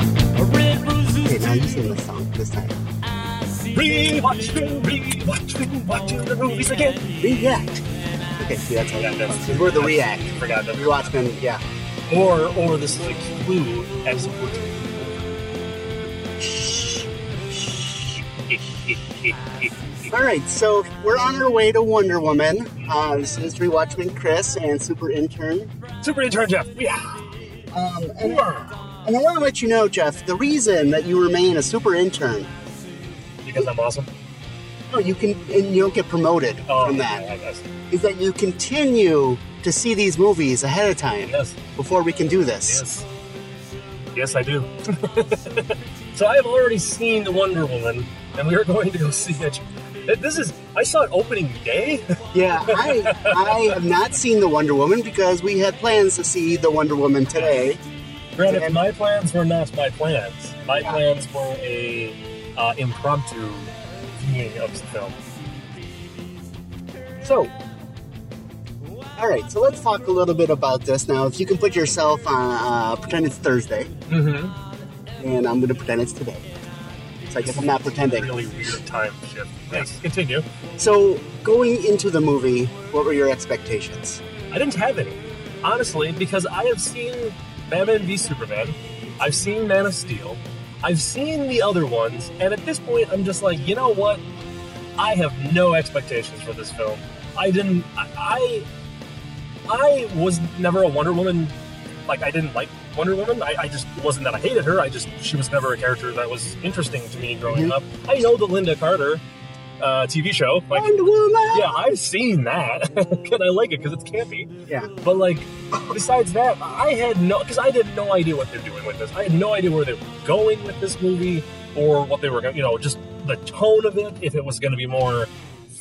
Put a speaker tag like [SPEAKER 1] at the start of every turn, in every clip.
[SPEAKER 1] Okay, now you sing the song this time.
[SPEAKER 2] Rewatch, rewatch, rewatch the movies again.
[SPEAKER 1] React. Okay, see that's how
[SPEAKER 2] Yeah, that's-
[SPEAKER 1] because we're the react.
[SPEAKER 2] Forgot that.
[SPEAKER 1] We watch them. Yeah.
[SPEAKER 2] Or, or this is a clue as opposed to.
[SPEAKER 1] All right, so we're on our way to Wonder Woman. Uh, this is Rewatchman Chris and Super Intern.
[SPEAKER 2] Super Intern Jeff. Yeah.
[SPEAKER 1] Um, and, and I want to let you know, Jeff, the reason that you remain a Super Intern,
[SPEAKER 2] Because I'm awesome.
[SPEAKER 1] no, you can and you don't get promoted
[SPEAKER 2] Oh,
[SPEAKER 1] from
[SPEAKER 2] yeah,
[SPEAKER 1] that,
[SPEAKER 2] I guess.
[SPEAKER 1] is that you continue to see these movies ahead of time
[SPEAKER 2] Yes.
[SPEAKER 1] before we can do this.
[SPEAKER 2] Yes. Yes, I do. so I have already seen Wonder Woman, and we are going to go see it. This is, I saw it opening day.
[SPEAKER 1] Yeah, I I have not seen the Wonder Woman because we had plans to see the Wonder Woman today.
[SPEAKER 2] Granted,
[SPEAKER 1] And-
[SPEAKER 2] my plans were not my plans. My
[SPEAKER 1] Yeah.
[SPEAKER 2] plans were a uh, impromptu viewing of the film.
[SPEAKER 1] So, all right, so let's talk a little bit about this now. If you can put yourself on, uh, pretend it's Thursday,
[SPEAKER 2] Mm-hmm.
[SPEAKER 1] and I'm going to pretend it's today. So I guess I'm not pretending.
[SPEAKER 2] Really weird time shift. Yes, continue.
[SPEAKER 1] So, going into the movie, what were your expectations?
[SPEAKER 2] I didn't have any, honestly, because I have seen Batman v Superman, I've seen Man of Steel, I've seen the other ones, and at this point, I'm just like, you know what? I have no expectations for this film. I didn't. I I, I was never a Wonder Woman. Like I didn't like Wonder Woman. I, I just it wasn't that I hated her. I just she was never a character that was interesting to me growing
[SPEAKER 1] Mhm.
[SPEAKER 2] up. I know the Linda Carter uh, TV show. Like
[SPEAKER 1] Wonder Woman.
[SPEAKER 2] yeah, I've seen that, and I like it because it's campy.
[SPEAKER 1] Yeah.
[SPEAKER 2] But like, besides that, I had no because I had no idea what they're doing with this. I had no idea where they were going with this movie or what they were going. to You know, just the tone of it. If it was going to be more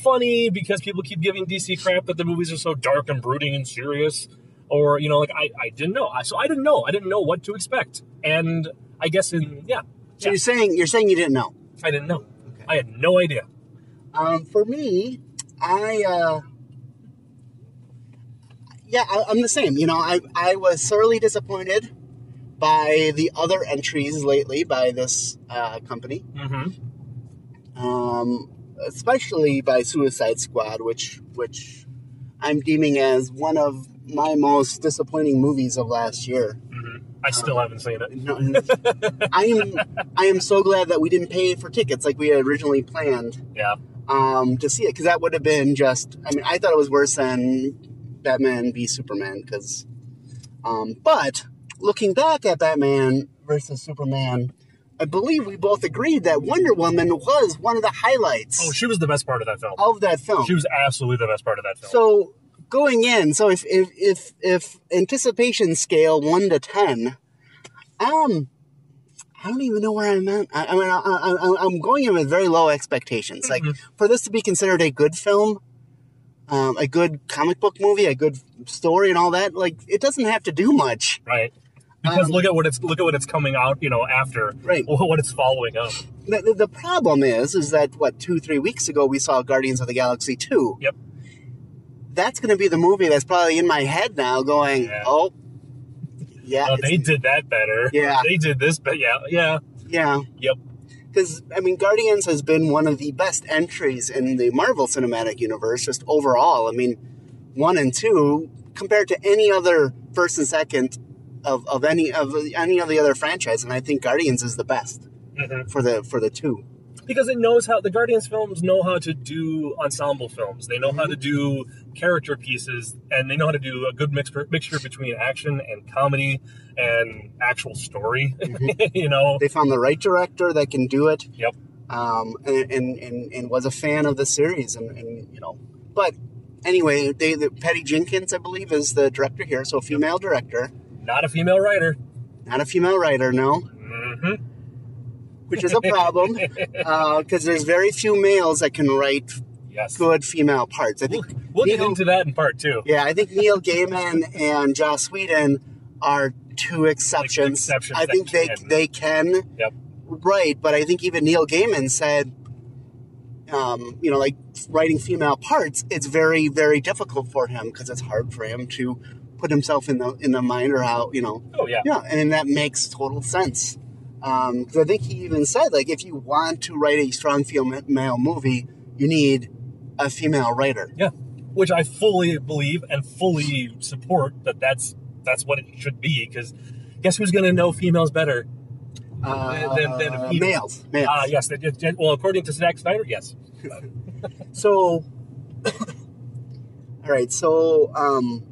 [SPEAKER 2] funny because people keep giving DC crap that the movies are so dark and brooding and serious, or you know, like I, I didn't know. I, so I didn't know. I didn't know what to expect, and I guess in yeah,
[SPEAKER 1] So you're saying you're saying you didn't know.
[SPEAKER 2] I didn't know.
[SPEAKER 1] Okay.
[SPEAKER 2] I had no idea.
[SPEAKER 1] Um, for me, I uh, yeah, I, I'm the same. You know, I I was sorely disappointed by the other entries lately by this uh, company,
[SPEAKER 2] Mm-hmm.
[SPEAKER 1] um, especially by Suicide Squad, which which I'm deeming as one of my most disappointing movies of last year.
[SPEAKER 2] hmm I still haven't seen it.
[SPEAKER 1] No, I am I am so glad that we didn't pay for tickets like we had originally planned
[SPEAKER 2] Yeah.
[SPEAKER 1] um, to see it because that would have been just. I mean, I thought it was worse than Batman v Superman because. Um, but looking back at Batman versus Superman, I believe we both agreed that Wonder Woman was one of the highlights
[SPEAKER 2] Oh, she was the best part of that film.
[SPEAKER 1] of that film.
[SPEAKER 2] She was absolutely the best part of that film.
[SPEAKER 1] so going in, so if if if, if anticipation scale one to ten, um. I don't even know where I'm at. I, I mean, I, I, I- I'm going in with very low expectations. Like,
[SPEAKER 2] Mhm.
[SPEAKER 1] for this to be considered a good film, um, a good comic book movie, a good story, and all that, like it doesn't have to do much.
[SPEAKER 2] right. Because
[SPEAKER 1] Um,
[SPEAKER 2] look at what it's look at what it's coming out, you know, after
[SPEAKER 1] Right.
[SPEAKER 2] wh- what it's following up.
[SPEAKER 1] The, the, the problem is, is that what two, three weeks ago we saw Guardians of the Galaxy two.
[SPEAKER 2] Yep.
[SPEAKER 1] That's going to be the movie that's probably in my head now, going,
[SPEAKER 2] Yeah.
[SPEAKER 1] oh, yeah,
[SPEAKER 2] Oh,
[SPEAKER 1] it's-
[SPEAKER 2] they did that better.
[SPEAKER 1] Yeah.
[SPEAKER 2] They did this, but yeah, yeah,
[SPEAKER 1] yeah,
[SPEAKER 2] yep.
[SPEAKER 1] because I mean, Guardians has been one of the best entries in the Marvel Cinematic Universe, just overall. I mean, one and two compared to any other first and second of, of any of any of the other franchise, and I think Guardians is the best
[SPEAKER 2] hmm
[SPEAKER 1] for the for the two.
[SPEAKER 2] Because it knows how the Guardians films know how to do ensemble films. They know how
[SPEAKER 1] Mm-hmm.
[SPEAKER 2] to do character pieces, and they know how to do a good mixture mixture between action and comedy and actual story. you know,
[SPEAKER 1] Mm-hmm. They found the right director that can do it.
[SPEAKER 2] Yep.
[SPEAKER 1] Um, and, and, and, and was a fan of the series, and, and you know, but anyway, they the, Patty Jenkins, I believe, is the director here, so female director,
[SPEAKER 2] not a female writer.
[SPEAKER 1] not a female writer, no.
[SPEAKER 2] hmm
[SPEAKER 1] which is a problem because there's very few males that can write
[SPEAKER 2] Yes.
[SPEAKER 1] good female parts. I think,
[SPEAKER 2] We'll get
[SPEAKER 1] Neil-
[SPEAKER 2] into that in part two.
[SPEAKER 1] yeah, I think Neil Gaiman and Joss Whedon are two exceptions.
[SPEAKER 2] exceptions
[SPEAKER 1] I
[SPEAKER 2] that
[SPEAKER 1] think they
[SPEAKER 2] can.
[SPEAKER 1] they can.
[SPEAKER 2] Yep.
[SPEAKER 1] Right, but I think even Neil Gaiman said, um, you know, like writing female parts, it's very very difficult for him because it's hard for him to put himself in the in the mind or how you know
[SPEAKER 2] Oh yeah.
[SPEAKER 1] yeah, and that makes total sense. Because I think he even said, like, if you want to write a strong female movie, you need a female writer.
[SPEAKER 2] Yeah, which I fully believe and fully support that that's that's what it should be because guess who's going to know females better?
[SPEAKER 1] Uh,
[SPEAKER 2] Then- then- then he-
[SPEAKER 1] males, males.
[SPEAKER 2] Ah, yes. They, did- did- well, according to Zack Snyder, yes.
[SPEAKER 1] So, all right. So, um,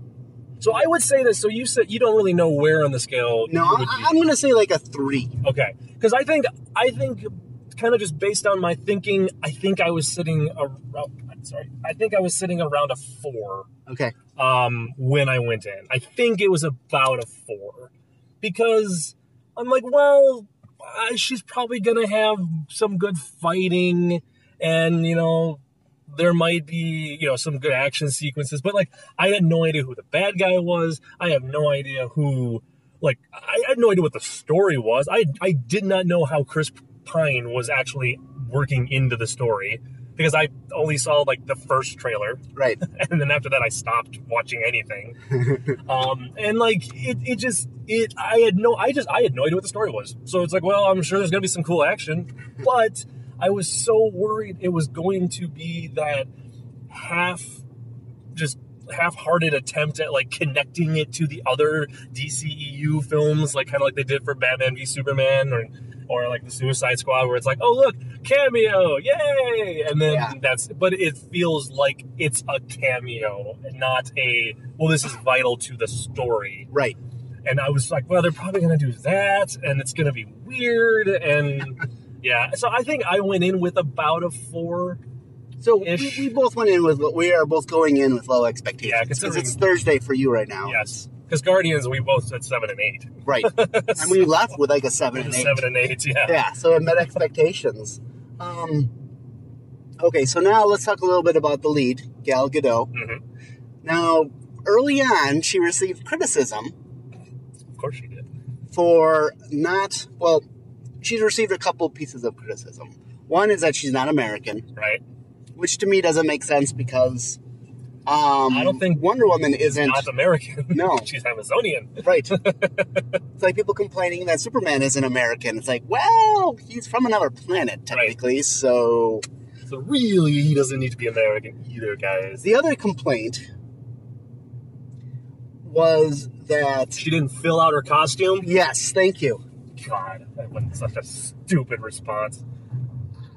[SPEAKER 2] So I would say this. So you said you don't really know where on the scale. you
[SPEAKER 1] no, I,
[SPEAKER 2] would be.
[SPEAKER 1] I'm going to say like a three.
[SPEAKER 2] Okay, because I think I think kind of just based on my thinking, I think I was sitting around. I'm Sorry, I think I was sitting around a four
[SPEAKER 1] Okay.
[SPEAKER 2] um, when I went in. I think it was about a four because I'm like, well, uh, she's probably gonna have some good fighting, and you know, there might be you know some good action sequences. But like, I had no idea who the bad guy was. I have no idea who. Like I had no idea what the story was. I I did not know how Chris Pine was actually working into the story because I only saw like the first trailer
[SPEAKER 1] Right.
[SPEAKER 2] and then after that I stopped watching anything. um, and like it, it just it I had no I just I had no idea what the story was. So it's like, well, I'm sure there's gonna be some cool action, but I was so worried it was going to be that half just half-hearted attempt at like connecting it to the other DCEU films like kind of like they did for Batman v Superman or or like the Suicide Squad where it's like oh look cameo yay and then
[SPEAKER 1] Yeah.
[SPEAKER 2] that's but it feels like it's a cameo and not a well this is vital to the story
[SPEAKER 1] Right.
[SPEAKER 2] and I was like well they're probably going to do that and it's going to be weird and yeah so I think I went in with about a 4
[SPEAKER 1] So we,
[SPEAKER 2] Ish.
[SPEAKER 1] we both went in with we are both going in with low expectations
[SPEAKER 2] Yeah,
[SPEAKER 1] because
[SPEAKER 2] considering-
[SPEAKER 1] it's Thursday for you right now.
[SPEAKER 2] yes cuz Guardians we both said 7 and 8
[SPEAKER 1] Right. and we left with like a seven and eight.
[SPEAKER 2] seven and eight. Yeah.
[SPEAKER 1] yeah, so it met expectations. Um, okay, so now let's talk a little bit about the lead, Gal Gadot.
[SPEAKER 2] hmm
[SPEAKER 1] Now, early on, she received criticism
[SPEAKER 2] Of course she did.
[SPEAKER 1] for not, well, she's received a couple pieces of criticism. One is that she's not American,
[SPEAKER 2] Right.
[SPEAKER 1] which to me doesn't make sense because um,
[SPEAKER 2] I don't think
[SPEAKER 1] Wonder Woman isn't.
[SPEAKER 2] Not American.
[SPEAKER 1] No.
[SPEAKER 2] She's Amazonian.
[SPEAKER 1] Right. it's like people complaining that Superman isn't American. It's like, well, he's from another planet, technically, so
[SPEAKER 2] So really, he doesn't need to be American either, guys.
[SPEAKER 1] The other complaint was that
[SPEAKER 2] She didn't fill out her costume.
[SPEAKER 1] yes, thank you.
[SPEAKER 2] God, that was such a stupid response.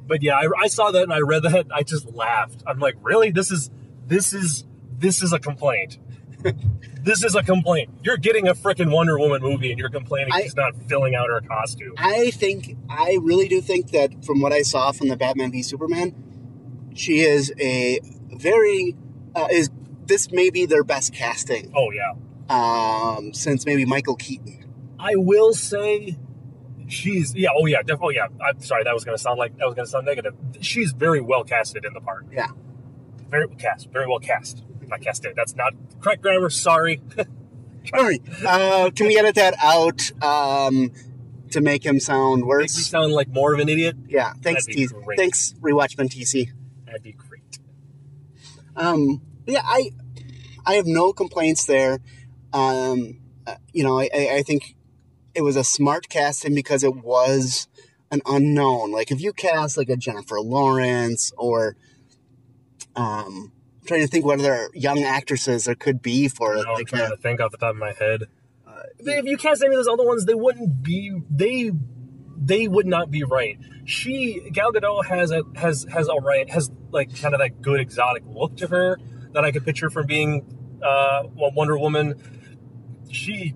[SPEAKER 2] But yeah, I, I saw that and I read that. I just laughed. I'm like, really? This is this is this is a complaint. this is a complaint. You're getting a freaking Wonder Woman movie and you're complaining
[SPEAKER 1] I-
[SPEAKER 2] she's not filling out her costume.
[SPEAKER 1] I think I really do think that from what I saw from the Batman v Superman, she is a very uh, is this may be their best casting
[SPEAKER 2] oh yeah.
[SPEAKER 1] um, since maybe Michael Keaton.
[SPEAKER 2] I will say she's yeah oh yeah def- oh yeah I'm sorry that was gonna sound like that was gonna sound negative. She's very well casted in the part.
[SPEAKER 1] Yeah.
[SPEAKER 2] Very well cast. Very well cast. Not casted. That's not correct grammar. Sorry.
[SPEAKER 1] All right, uh, can we edit that out um, to make him sound
[SPEAKER 2] Makes me
[SPEAKER 1] worse?
[SPEAKER 2] sound like more of an idiot.
[SPEAKER 1] Yeah, thanks,
[SPEAKER 2] That'd be
[SPEAKER 1] T-
[SPEAKER 2] great.
[SPEAKER 1] thanks, Rewatchman TC.
[SPEAKER 2] That'd be great.
[SPEAKER 1] Um, yeah, I I have no complaints there. Um, uh, you know, I, I I think it was a smart casting because it was an unknown. Like if you cast like a Jennifer Lawrence or um, I'm trying to think what other young actresses there could be for
[SPEAKER 2] You know, I'm
[SPEAKER 1] like
[SPEAKER 2] trying
[SPEAKER 1] a,
[SPEAKER 2] to think off the top of my head.
[SPEAKER 1] Uh,
[SPEAKER 2] They- if you cast any of those other ones, they wouldn't be they they would not be right. She Gal Gadot has a has has all right has like kind of that good exotic look to her that I could picture from being uh, well, Wonder Woman. She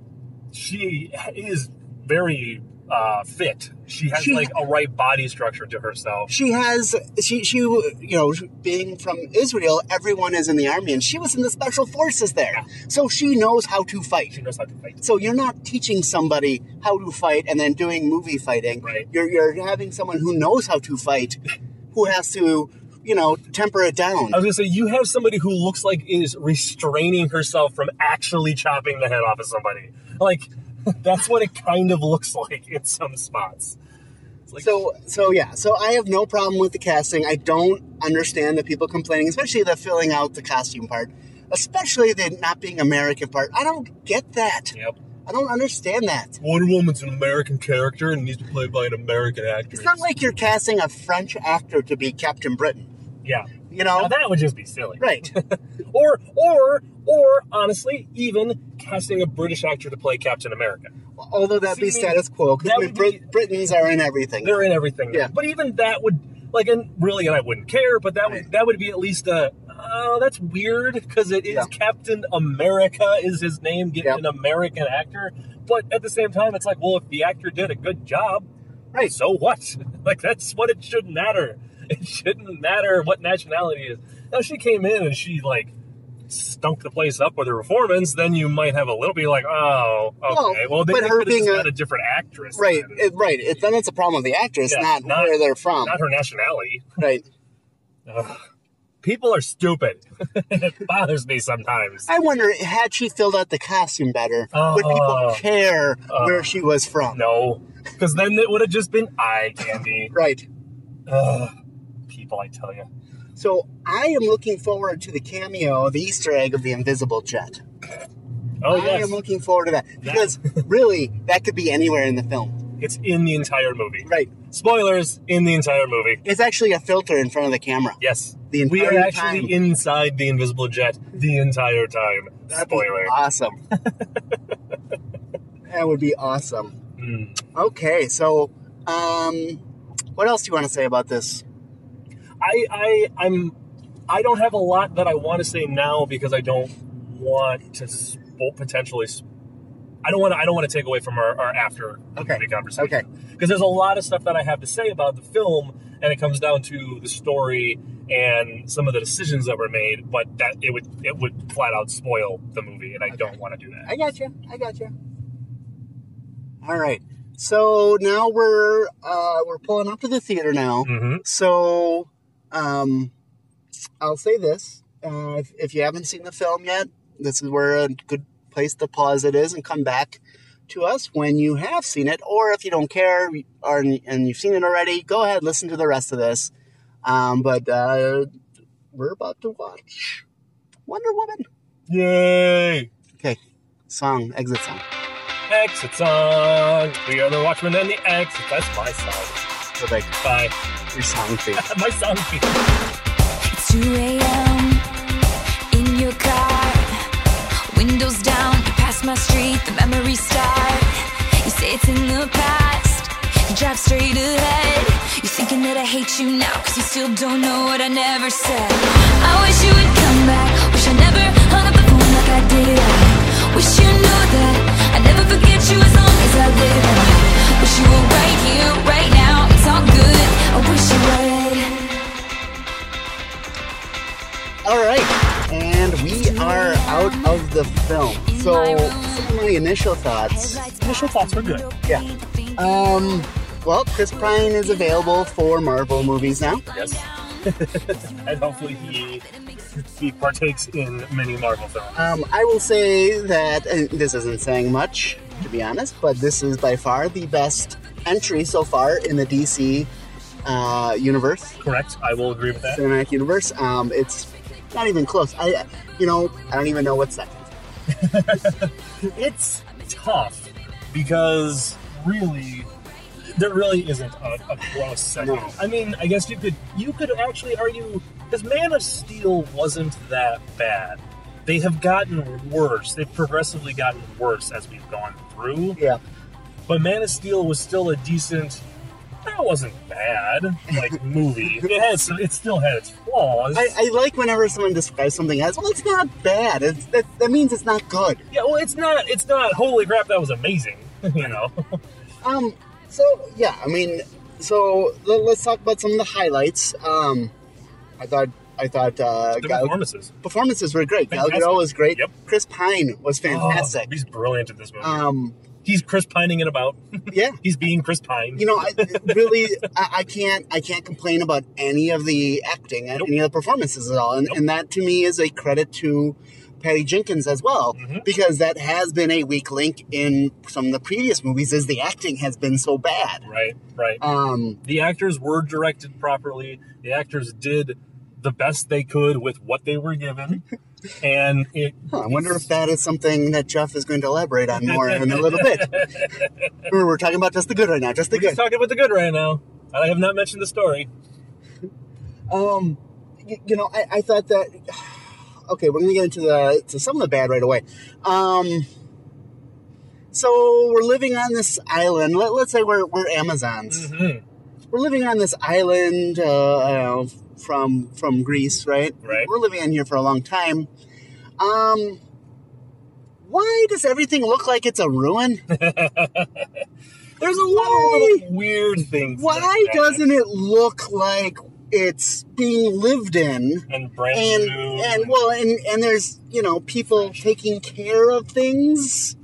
[SPEAKER 2] she is very uh, fit. She has
[SPEAKER 1] She-
[SPEAKER 2] like a right body structure to herself.
[SPEAKER 1] she has she she you know being from Israel, everyone is in the army, and she was in the special forces there, so she knows how to fight.
[SPEAKER 2] She knows how to fight.
[SPEAKER 1] So you're not teaching somebody how to fight and then doing movie fighting.
[SPEAKER 2] Right.
[SPEAKER 1] You're you're having someone who knows how to fight, who has to, you know, temper it down.
[SPEAKER 2] I was gonna say you have somebody who looks like is restraining herself from actually chopping the head off of somebody. Like That's what it kind of looks like in some spots. It's like,
[SPEAKER 1] so so yeah so i have no problem with the casting i don't understand the people complaining especially the filling out the costume part especially the not being american part i don't get that
[SPEAKER 2] yep.
[SPEAKER 1] i don't understand that
[SPEAKER 2] Wonder Woman's an American character and needs to be played by an American actress.
[SPEAKER 1] it's not like you're casting a french actor to be captain britain
[SPEAKER 2] yeah.
[SPEAKER 1] you know
[SPEAKER 2] Now that would just be silly.
[SPEAKER 1] right
[SPEAKER 2] Or or or honestly, even casting a British actor to play Captain America.
[SPEAKER 1] although that be
[SPEAKER 2] See,
[SPEAKER 1] status quo because
[SPEAKER 2] that
[SPEAKER 1] I mean,
[SPEAKER 2] would
[SPEAKER 1] Brit-
[SPEAKER 2] be-
[SPEAKER 1] britons are in everything
[SPEAKER 2] They're in everything. now.
[SPEAKER 1] Yeah.
[SPEAKER 2] But even that would like and really and I wouldn't care, but that
[SPEAKER 1] Right.
[SPEAKER 2] would that would be at least a oh, that's weird because it is
[SPEAKER 1] Yeah.
[SPEAKER 2] Captain America is his name, getting
[SPEAKER 1] Yep.
[SPEAKER 2] an American actor. But at the same time, it's like, well, if the actor did a good job,
[SPEAKER 1] Right.
[SPEAKER 2] So what? Like that's what it should matter. It shouldn't matter what nationality is. Now if she came in and she like stunk the place up with her performance. Then you might have a little bit like, oh, okay, well, they
[SPEAKER 1] but
[SPEAKER 2] they
[SPEAKER 1] her
[SPEAKER 2] could have just
[SPEAKER 1] being a-
[SPEAKER 2] got a different actress,
[SPEAKER 1] right
[SPEAKER 2] then.
[SPEAKER 1] it, right it, then it's a problem with the actress
[SPEAKER 2] Yeah,
[SPEAKER 1] not,
[SPEAKER 2] not-
[SPEAKER 1] where they're from
[SPEAKER 2] not her nationality.
[SPEAKER 1] right
[SPEAKER 2] Ugh. People are stupid. it bothers me sometimes.
[SPEAKER 1] I wonder, had she filled out the costume better, would people
[SPEAKER 2] Uh,
[SPEAKER 1] care
[SPEAKER 2] uh,
[SPEAKER 1] where she was from?
[SPEAKER 2] No, because then it would have just been eye candy.
[SPEAKER 1] Right.
[SPEAKER 2] Ugh. People, I tell you.
[SPEAKER 1] So I am looking forward to the cameo, the Easter egg of the invisible jet.
[SPEAKER 2] Oh
[SPEAKER 1] I am
[SPEAKER 2] yes,
[SPEAKER 1] looking forward to that because really, that could be anywhere in the film.
[SPEAKER 2] it's in the entire movie.
[SPEAKER 1] Right.
[SPEAKER 2] Spoilers in the entire movie.
[SPEAKER 1] It's actually a filter in front of the camera.
[SPEAKER 2] Yes,
[SPEAKER 1] The
[SPEAKER 2] we are
[SPEAKER 1] entire
[SPEAKER 2] actually
[SPEAKER 1] time.
[SPEAKER 2] inside the invisible jet the entire time.
[SPEAKER 1] That'd be
[SPEAKER 2] Spoiler.
[SPEAKER 1] awesome. that would be awesome.
[SPEAKER 2] Mm.
[SPEAKER 1] Okay, so um, what else do you want to say about this?
[SPEAKER 2] I, I I'm I don't have a lot that I want to say now because I don't want to spo- potentially. s- I don't want to. I don't want to take away from our, our after
[SPEAKER 1] Okay.
[SPEAKER 2] the conversation.
[SPEAKER 1] Okay,
[SPEAKER 2] Because there's a lot of stuff that I have to say about the film, and it comes down to the story and some of the decisions that were made. But that it would it would flat out spoil the movie, and I don't want to do that.
[SPEAKER 1] I got you. I got you. All right. So now we're uh, we're pulling up to the theater now.
[SPEAKER 2] Mm-hmm.
[SPEAKER 1] So um, I'll say this: uh, if, if you haven't seen the film yet, this is where a good place to pause it is and come back to us when you have seen it, or if you don't care or, and you've seen it already, go ahead listen to the rest of this. Um, but uh, we're about to watch Wonder Woman
[SPEAKER 2] Yay!
[SPEAKER 1] song exit song.
[SPEAKER 2] Exit song. We are the Watchmen and the Exit. That's my song.
[SPEAKER 1] So like
[SPEAKER 2] Bye.
[SPEAKER 1] your song theme.
[SPEAKER 2] my song.
[SPEAKER 3] It's 2 a.m. in your car, windows down. You pass my street, the memories start. You say it's in the past. You drive straight ahead. You're thinking that I hate you now, cause you still don't know what I never said. I wish you would come back. Wish I never hung up the phone like I did. I wish you knew that I never forget you as long as I live. I wish you were right here, right now. It's all good. I wish you would.
[SPEAKER 1] All right, and we are out of the film. So, some of my initial thoughts.
[SPEAKER 2] Initial thoughts were good.
[SPEAKER 1] Yeah.
[SPEAKER 3] Uh,
[SPEAKER 1] Um, well, Chris Pine is available for Marvel movies now.
[SPEAKER 2] Yes. and hopefully he he partakes in many Marvel films.
[SPEAKER 1] Um, I will say that and this isn't saying much, to be honest, but this is by far the best entry so far in the DC uh, universe,
[SPEAKER 2] Correct. I will agree with that.
[SPEAKER 1] cinematic universe. Um, it's not even close. I, you know, I don't even know what's that.
[SPEAKER 2] It's tough because really there really isn't a, a close second.
[SPEAKER 1] No.
[SPEAKER 2] I mean, I guess you could you could actually argue because Man of Steel wasn't that bad. They have gotten worse. They've progressively gotten worse as we've gone through.
[SPEAKER 1] Yeah.
[SPEAKER 2] But Man of Steel was still a decent. That wasn't bad, like movie. It had some. It still had its flaws.
[SPEAKER 1] I, I like whenever someone describes something as well. It's not bad. It's, that, that means it's not good.
[SPEAKER 2] yeah, well, it's not. It's not. Holy crap, that was amazing. you know.
[SPEAKER 1] Um. So yeah, I mean, so let, us talk about some of the highlights. Um, I thought I thought uh,
[SPEAKER 2] The
[SPEAKER 1] Gal-
[SPEAKER 2] performances.
[SPEAKER 1] performances were great. Gal
[SPEAKER 2] Fantastic.
[SPEAKER 1] Gadot was great.
[SPEAKER 2] Yep.
[SPEAKER 1] Chris Pine was
[SPEAKER 2] Oh,
[SPEAKER 1] fantastic.
[SPEAKER 2] he's brilliant at this movie.
[SPEAKER 1] um.
[SPEAKER 2] he's Chris Pining it about.
[SPEAKER 1] Yeah.
[SPEAKER 2] he's being Chris Pine.
[SPEAKER 1] You know, I really, I, I can't, I can't complain about any of the acting and
[SPEAKER 2] Nope.
[SPEAKER 1] any of the performances at all, and,
[SPEAKER 2] Nope.
[SPEAKER 1] and that to me is a credit to Patty Jenkins as well,
[SPEAKER 2] Mhm.
[SPEAKER 1] because that has been a weak link in some of the previous movies. Is the acting has been so bad?
[SPEAKER 2] Right, right.
[SPEAKER 1] Um,
[SPEAKER 2] the actors were directed properly. The actors did the best they could with what they were given, and it
[SPEAKER 1] huh, I wonder if that is something that Jeff is going to elaborate on more in a little bit. Remember, we're talking about just the good right now, just the
[SPEAKER 2] we're just
[SPEAKER 1] good.
[SPEAKER 2] talking about the good right now. I have not mentioned the story.
[SPEAKER 1] Um, you, you know, I, I thought that. Okay, we're gonna get into the to some of the bad right away. Um, so we're living on this island. Let, let's say we're we're Amazons.
[SPEAKER 2] Mhm,
[SPEAKER 1] We're living on this island. Uh, I don't know, from from Greece, right?
[SPEAKER 2] Right.
[SPEAKER 1] We're living in here for a long time. Um, why does everything look like it's a ruin?
[SPEAKER 2] There's a lot of little weird things. like
[SPEAKER 1] Why
[SPEAKER 2] that.
[SPEAKER 1] doesn't it look like it's being lived in?
[SPEAKER 2] and brand
[SPEAKER 1] and
[SPEAKER 2] new
[SPEAKER 1] and well and and there's you know people taking care of things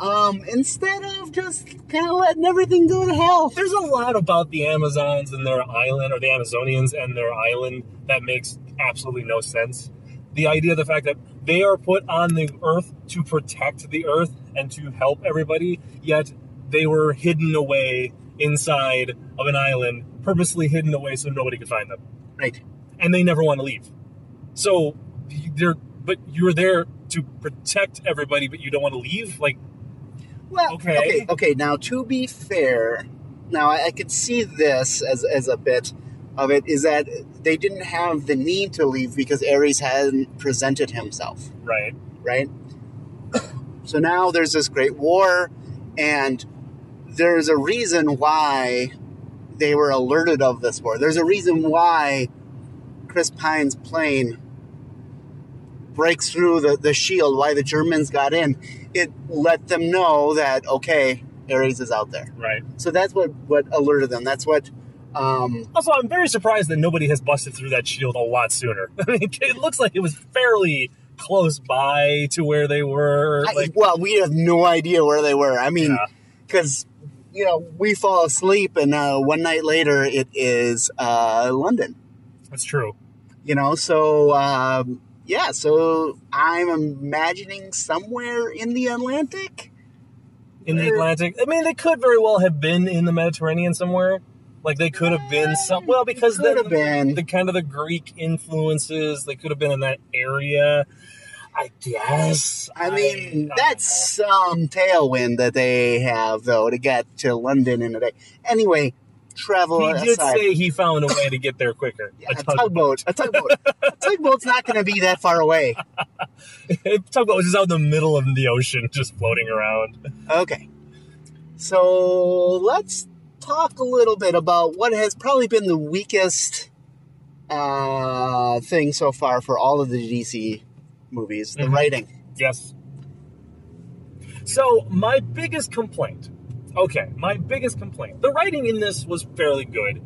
[SPEAKER 1] um instead of just kind of letting everything go to hell
[SPEAKER 2] there's a lot about the Amazons and their island, or the Amazonians and their island, that makes absolutely no sense. The idea, the fact that they are put on the earth to protect the earth and to help everybody, yet they were hidden away inside of an island, purposely hidden away so nobody could find them,
[SPEAKER 1] right
[SPEAKER 2] and they never want to leave. So they're, but you're there to protect everybody, but you don't want to leave. Like,
[SPEAKER 1] well
[SPEAKER 2] Okay.
[SPEAKER 1] okay okay, now to be fair now I, I could see this as as a bit of it is that they didn't have the need to leave because ares hadn't presented himself
[SPEAKER 2] right?
[SPEAKER 1] right? so now there's this great war, and there's a reason why they were alerted of this war. There's a reason why Chris Pine's plane breaks through the, the shield, why the Germans got in. It let them know that, okay, Ares is out there.
[SPEAKER 2] Right.
[SPEAKER 1] So that's what, what alerted them. That's what. Um,
[SPEAKER 2] Also, I'm very surprised that nobody has busted through that shield a lot sooner. I mean, it looks like it was fairly close by to where they were.
[SPEAKER 1] I-
[SPEAKER 2] Like,
[SPEAKER 1] well, we have no idea where they were. I mean,
[SPEAKER 2] Yeah.
[SPEAKER 1] because you know we fall asleep, and uh, one night later it is uh, London.
[SPEAKER 2] that's true.
[SPEAKER 1] You know, so um, yeah, so I'm imagining somewhere in the Atlantic.
[SPEAKER 2] In the
[SPEAKER 1] Where-
[SPEAKER 2] Atlantic. I mean, they could very well have been in the Mediterranean somewhere. Like, they could have been some. Well, because
[SPEAKER 1] could
[SPEAKER 2] the,
[SPEAKER 1] have been.
[SPEAKER 2] the kind of the Greek influences, they could have been in that area. I guess.
[SPEAKER 1] I mean,
[SPEAKER 2] I don't
[SPEAKER 1] that's some tailwind that they have though to get to London in a day. Anyway,
[SPEAKER 2] know.
[SPEAKER 1] travel
[SPEAKER 2] He did
[SPEAKER 1] aside.
[SPEAKER 2] say he found a way to get there quicker.
[SPEAKER 1] yeah, a tugboat. A tugboat. a tugboat's not going to be that far away.
[SPEAKER 2] A tugboat was just out in the middle of the ocean, just floating around.
[SPEAKER 1] Okay. So let's talk a little bit about what has probably been the weakest uh, thing so far for all of the DC movies the
[SPEAKER 2] Mhm.
[SPEAKER 1] writing.
[SPEAKER 2] Yes. So, my biggest complaint. Okay, my biggest complaint. The writing in this was fairly good.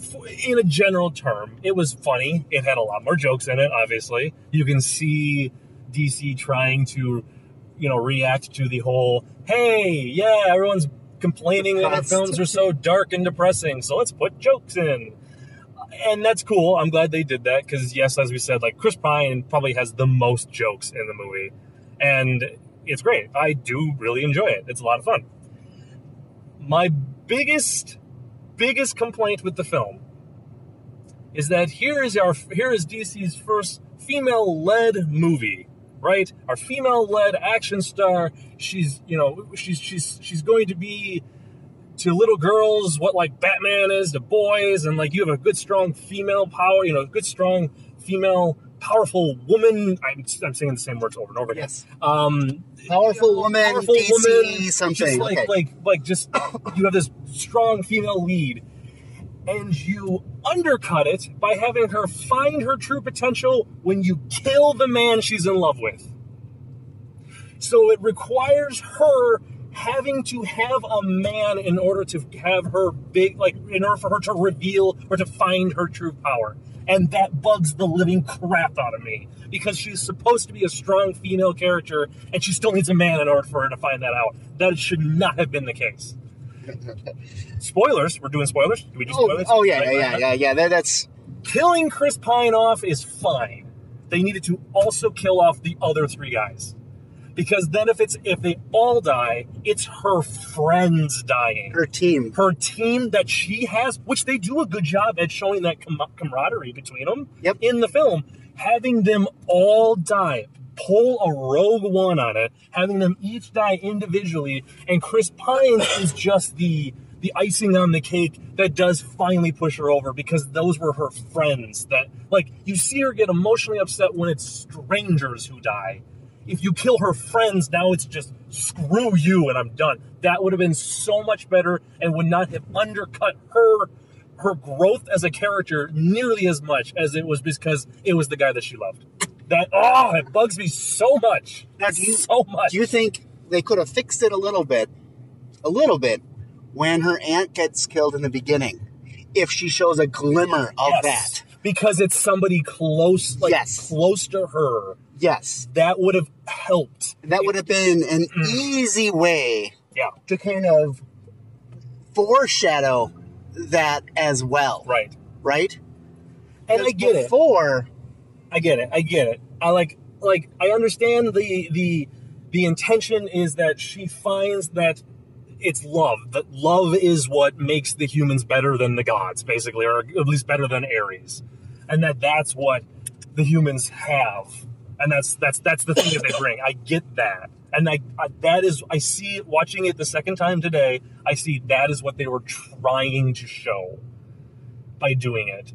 [SPEAKER 2] For- In a general term, it was funny. It had a lot more jokes in it, obviously. You can see DC trying to, you know, react to the whole, hey, yeah, everyone's complaining that our
[SPEAKER 1] Depressed.
[SPEAKER 2] films are so dark and depressing, so let's put jokes in and that's cool. I'm glad they did that because, yes, as we said, like Chris Pine probably has the most jokes in the movie, and it's great. I do really enjoy it. It's a lot of fun. My biggest, biggest complaint with the film is that here is our here is DC's first female-led movie, right? Our female-led action star. She's you know she's she's she's going to be to little girls what like Batman is to boys, and like you have a good strong female power, you know, good strong female powerful woman. I'm, I'm saying the same words over and over again.
[SPEAKER 1] Yes.
[SPEAKER 2] Um,
[SPEAKER 1] Powerful woman,
[SPEAKER 2] powerful
[SPEAKER 1] DC
[SPEAKER 2] woman,
[SPEAKER 1] something.
[SPEAKER 2] Just like
[SPEAKER 1] okay.
[SPEAKER 2] like like just you have this strong female lead, and you undercut it by having her find her true potential when you kill the man she's in love with. So it requires her having to have a man in order to have her big, like, in order for her to reveal or to find her true power. And that bugs the living crap out of me because she's supposed to be a strong female character and she still needs a man in order for her to find that out. That should not have been the case. Spoilers. We're doing spoilers. Can we do
[SPEAKER 1] oh,
[SPEAKER 2] spoilers?
[SPEAKER 1] oh, yeah,
[SPEAKER 2] Right,
[SPEAKER 1] yeah,
[SPEAKER 2] right,
[SPEAKER 1] yeah,
[SPEAKER 2] right.
[SPEAKER 1] yeah, yeah. That, that's
[SPEAKER 2] Killing Chris Pine off is fine. they needed to also kill off the other three guys. Because then if it's if they all die, it's her friends dying.
[SPEAKER 1] Her team.
[SPEAKER 2] Her team that she has, which they do a good job at showing that com- camaraderie between them
[SPEAKER 1] Yep.
[SPEAKER 2] in the film, having them all die, pull a rogue one on it, having them each die individually, and Chris Pine is just the the icing on the cake that does finally push her over because those were her friends that like you see her get emotionally upset when it's strangers who die. If you kill her friends, now it's just screw you and I'm done. That would have been so much better and would not have undercut her her growth as a character nearly as much as it was because it was the guy that she loved. That oh, it bugs me so much.
[SPEAKER 1] Now, do you-
[SPEAKER 2] so much.
[SPEAKER 1] Do you think they could have fixed it a little bit, a little bit, when her aunt gets killed in the beginning? If she shows a glimmer of
[SPEAKER 2] Yes.
[SPEAKER 1] that,
[SPEAKER 2] because it's somebody close, like
[SPEAKER 1] Yes.
[SPEAKER 2] close to her.
[SPEAKER 1] yes,
[SPEAKER 2] That would have helped.
[SPEAKER 1] that would have been an
[SPEAKER 2] Mm.
[SPEAKER 1] easy way
[SPEAKER 2] Yeah,
[SPEAKER 1] to kind of foreshadow that as well,
[SPEAKER 2] right.
[SPEAKER 1] right?
[SPEAKER 2] And I get it.
[SPEAKER 1] before,
[SPEAKER 2] I get it. I get it. I like like I understand the the the intention is that she finds that it's love. That love is what makes the humans better than the gods, basically, or at least better than Ares, and that that's what the humans have, and that's that's that's the thing that they bring. I get that, and I, I that is I see watching it the second time today. I see that is what they were trying to show by doing it.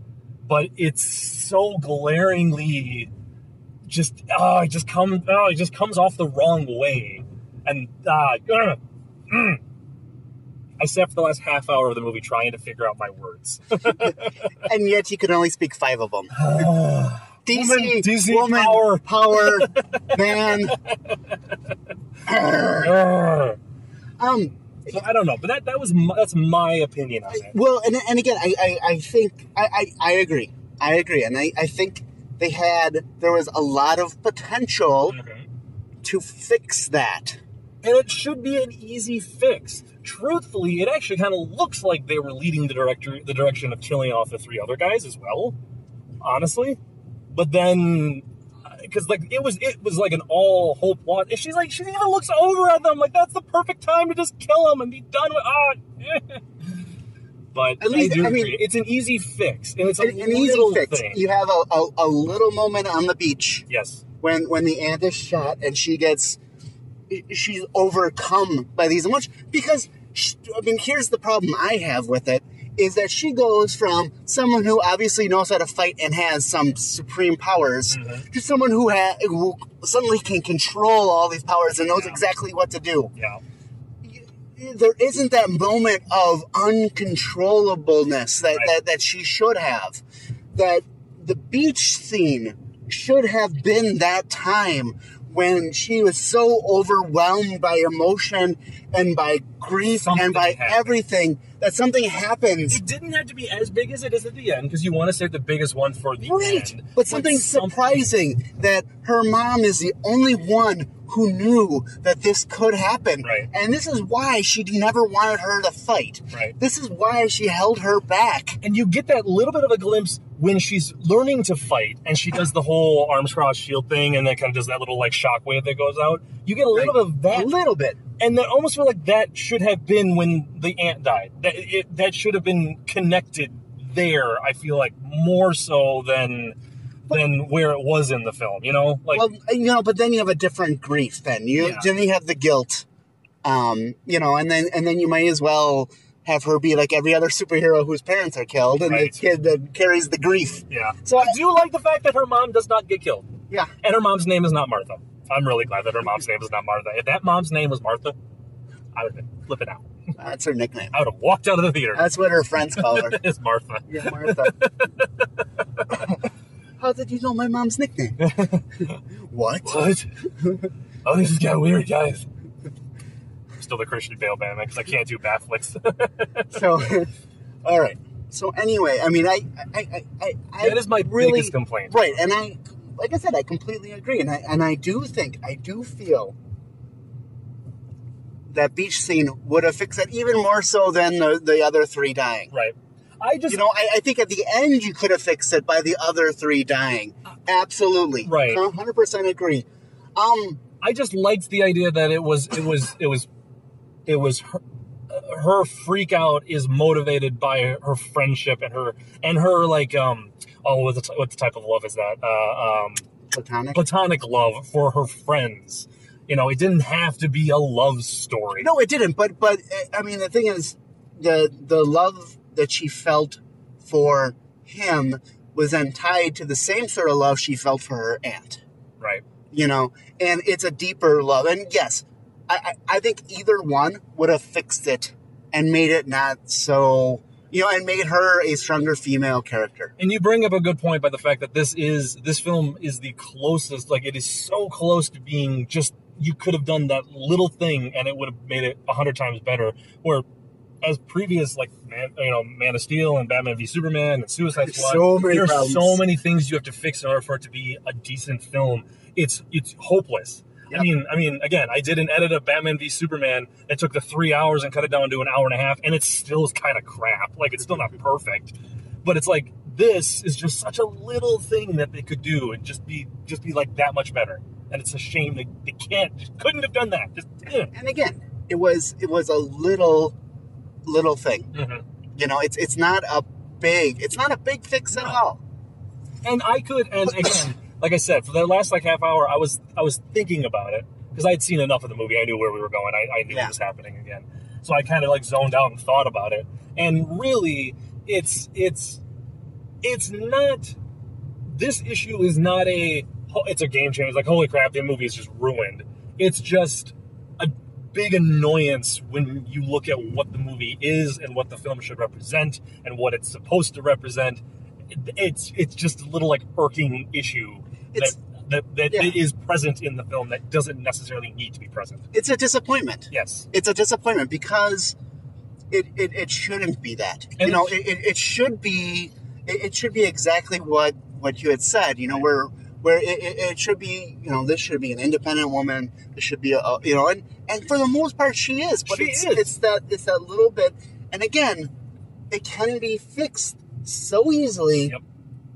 [SPEAKER 2] But it's so glaringly just oh, it just comes oh, it just comes off the wrong way. And uh, ugh, mm. I sat for the last half hour of the movie trying to figure out my words.
[SPEAKER 1] and yet he could only speak five of them. DC,
[SPEAKER 2] Woman,
[SPEAKER 1] woman,
[SPEAKER 2] DC, power.
[SPEAKER 1] power, man.
[SPEAKER 2] Ugh.
[SPEAKER 1] Um,
[SPEAKER 2] so I don't know, but that that was my, that's my opinion on it.
[SPEAKER 1] Well, and, and again, I, I, I think I, I, I agree. I agree. And I, I think they had, there was a lot of potential
[SPEAKER 2] Mhm.
[SPEAKER 1] to fix that.
[SPEAKER 2] and it should be an easy fix. Truthfully, it actually kind of looks like they were leading the director the direction of killing off the three other guys as well, honestly. But then, because like it was it was like an all hope want. If she's like she even looks over at them like that's the perfect time to just kill them and be done with. Ah. But
[SPEAKER 1] At least-
[SPEAKER 2] I do
[SPEAKER 1] I mean-
[SPEAKER 2] agree. It's an easy fix, and it's a
[SPEAKER 1] An, an easy
[SPEAKER 2] little
[SPEAKER 1] fix.
[SPEAKER 2] thing.
[SPEAKER 1] You have a, a, a little moment on the beach
[SPEAKER 2] yes,
[SPEAKER 1] when, when the ant is shot and she gets, she's overcome by these emotions. Because, she, I mean, here's the problem I have with it. Is that she goes from someone who obviously knows how to fight and has some supreme powers
[SPEAKER 2] Mm-hmm.
[SPEAKER 1] to someone who, ha- who suddenly can control all these powers and knows
[SPEAKER 2] Yeah.
[SPEAKER 1] exactly what to do.
[SPEAKER 2] yeah,
[SPEAKER 1] There isn't that moment of uncontrollableness that,
[SPEAKER 2] Right.
[SPEAKER 1] that, that she should have. That the beach scene should have been that time when she was so overwhelmed by emotion and by grief
[SPEAKER 2] Something
[SPEAKER 1] and by
[SPEAKER 2] happened.
[SPEAKER 1] everything that something happens.
[SPEAKER 2] It didn't have to be as big as it is at the end because you want to save the biggest one for the
[SPEAKER 1] Right.
[SPEAKER 2] end.
[SPEAKER 1] But something surprising that her mom is the only one who knew that this could happen.
[SPEAKER 2] Right.
[SPEAKER 1] And this is why she never wanted her to fight.
[SPEAKER 2] Right.
[SPEAKER 1] This is why she held her back.
[SPEAKER 2] And you get that little bit of a glimpse when she's learning to fight and she does the whole arms crossed shield thing and then kind of does that little like shockwave that goes out. You get a little bit of
[SPEAKER 1] A
[SPEAKER 2] that.
[SPEAKER 1] little bit.
[SPEAKER 2] and that almost feel like that should have been when the ant died. That it, that should have been connected there. I feel like more so than than where it was in the film. You know, like
[SPEAKER 1] well, you know, but then you have a different grief. Then you
[SPEAKER 2] Yeah.
[SPEAKER 1] then you have the guilt, um, you know, and then and then you might as well have her be like every other superhero whose parents are killed, and
[SPEAKER 2] Right.
[SPEAKER 1] the kid that carries the grief.
[SPEAKER 2] yeah.
[SPEAKER 1] So
[SPEAKER 2] I do like the fact that her mom does not get killed.
[SPEAKER 1] Yeah,
[SPEAKER 2] And her mom's name is not Martha. I'm really glad that her mom's name is not Martha. If that mom's name was Martha, I would have been flipping out.
[SPEAKER 1] that's her nickname.
[SPEAKER 2] I would have walked out of the theater.
[SPEAKER 1] That's what her friends call her.
[SPEAKER 2] It's Martha.
[SPEAKER 1] Yeah, Martha. How did you know my mom's nickname? what?
[SPEAKER 2] What? oh, this is got weird, guys. I'm still the Christian Bale Batman because I can't do Batflix.
[SPEAKER 1] So, all right. So anyway, I mean, I, I, I, I
[SPEAKER 2] That is my
[SPEAKER 1] really,
[SPEAKER 2] biggest complaint.
[SPEAKER 1] Right, and I, like I said, I completely agree, and I, and I do think, I do feel that beach scene would have fixed that even more so than the, the other three dying.
[SPEAKER 2] right. I just
[SPEAKER 1] You know, I, I think at the end you could have fixed it by the other three dying. Absolutely.
[SPEAKER 2] Uh, Right.
[SPEAKER 1] 100% agree. Um,
[SPEAKER 2] I just liked the idea that it was it was it was it was her, her freak out is motivated by her friendship and her and her like um oh what the, t- what the type of love is that uh, um
[SPEAKER 1] platonic.
[SPEAKER 2] platonic love for her friends. You know, it didn't have to be a love story.
[SPEAKER 1] No, it didn't. But but uh, I mean, the thing is, the the love that she felt for him was then tied to the same sort of love she felt for her aunt.
[SPEAKER 2] Right.
[SPEAKER 1] You know, and it's a deeper love. And yes, I I, I think either one would have fixed it and made it not so. You know, and made her a stronger female character.
[SPEAKER 2] And you bring up a good point by the fact that this is this film is the closest, like it is so close to being just you could have done that little thing and it would have made it a hundred times better. Where as previous like man, you know Man of Steel and Batman v Superman and Suicide
[SPEAKER 1] There's
[SPEAKER 2] Squad,
[SPEAKER 1] so many
[SPEAKER 2] there's
[SPEAKER 1] problems.
[SPEAKER 2] so many things you have to fix in order for it to be a decent film. It's it's hopeless.
[SPEAKER 1] Yep.
[SPEAKER 2] I mean, I mean, again, I did an edit of Batman v Superman that took the three hours and cut it down to an hour and a half, and it still is kind of crap. Like it's still not perfect, but it's like this is just such a little thing that they could do and just be just be like that much better. And it's a shame they, they can't just couldn't have done that. Just eh.
[SPEAKER 1] And again, it was it was a little little thing.
[SPEAKER 2] Mhm.
[SPEAKER 1] You know, it's it's not a big it's not a big fix at all.
[SPEAKER 2] and I could, and again, like I said, for the last like half hour, I was I was thinking about it because I had seen enough of the movie. I knew where we were going. I, I knew
[SPEAKER 1] Yeah.
[SPEAKER 2] it was happening again. So I kind of like zoned out and thought about it. And really, it's it's it's not. This issue is not a. It's a game changer. It's like holy crap, the movie is just ruined. It's just a big annoyance when you look at what the movie is and what the film should represent and what it's supposed to represent. It- It's it's just a little like irking issue
[SPEAKER 1] It's-
[SPEAKER 2] that that, that
[SPEAKER 1] yeah.
[SPEAKER 2] is present in the film that doesn't necessarily need to be present.
[SPEAKER 1] It's a disappointment.
[SPEAKER 2] Yes,
[SPEAKER 1] it's a disappointment because it, it, it shouldn't be that.
[SPEAKER 2] And
[SPEAKER 1] you know,
[SPEAKER 2] it's-
[SPEAKER 1] it, it, it should be it, it should be exactly what what you had said. You know, where where it, it, it should be. You know, this should be an independent woman. This should be a a- you know, and and for the most part, she is. But
[SPEAKER 2] She
[SPEAKER 1] it's,
[SPEAKER 2] is.
[SPEAKER 1] it's that it's that little bit. And again, it can be fixed so easily,
[SPEAKER 2] Yep.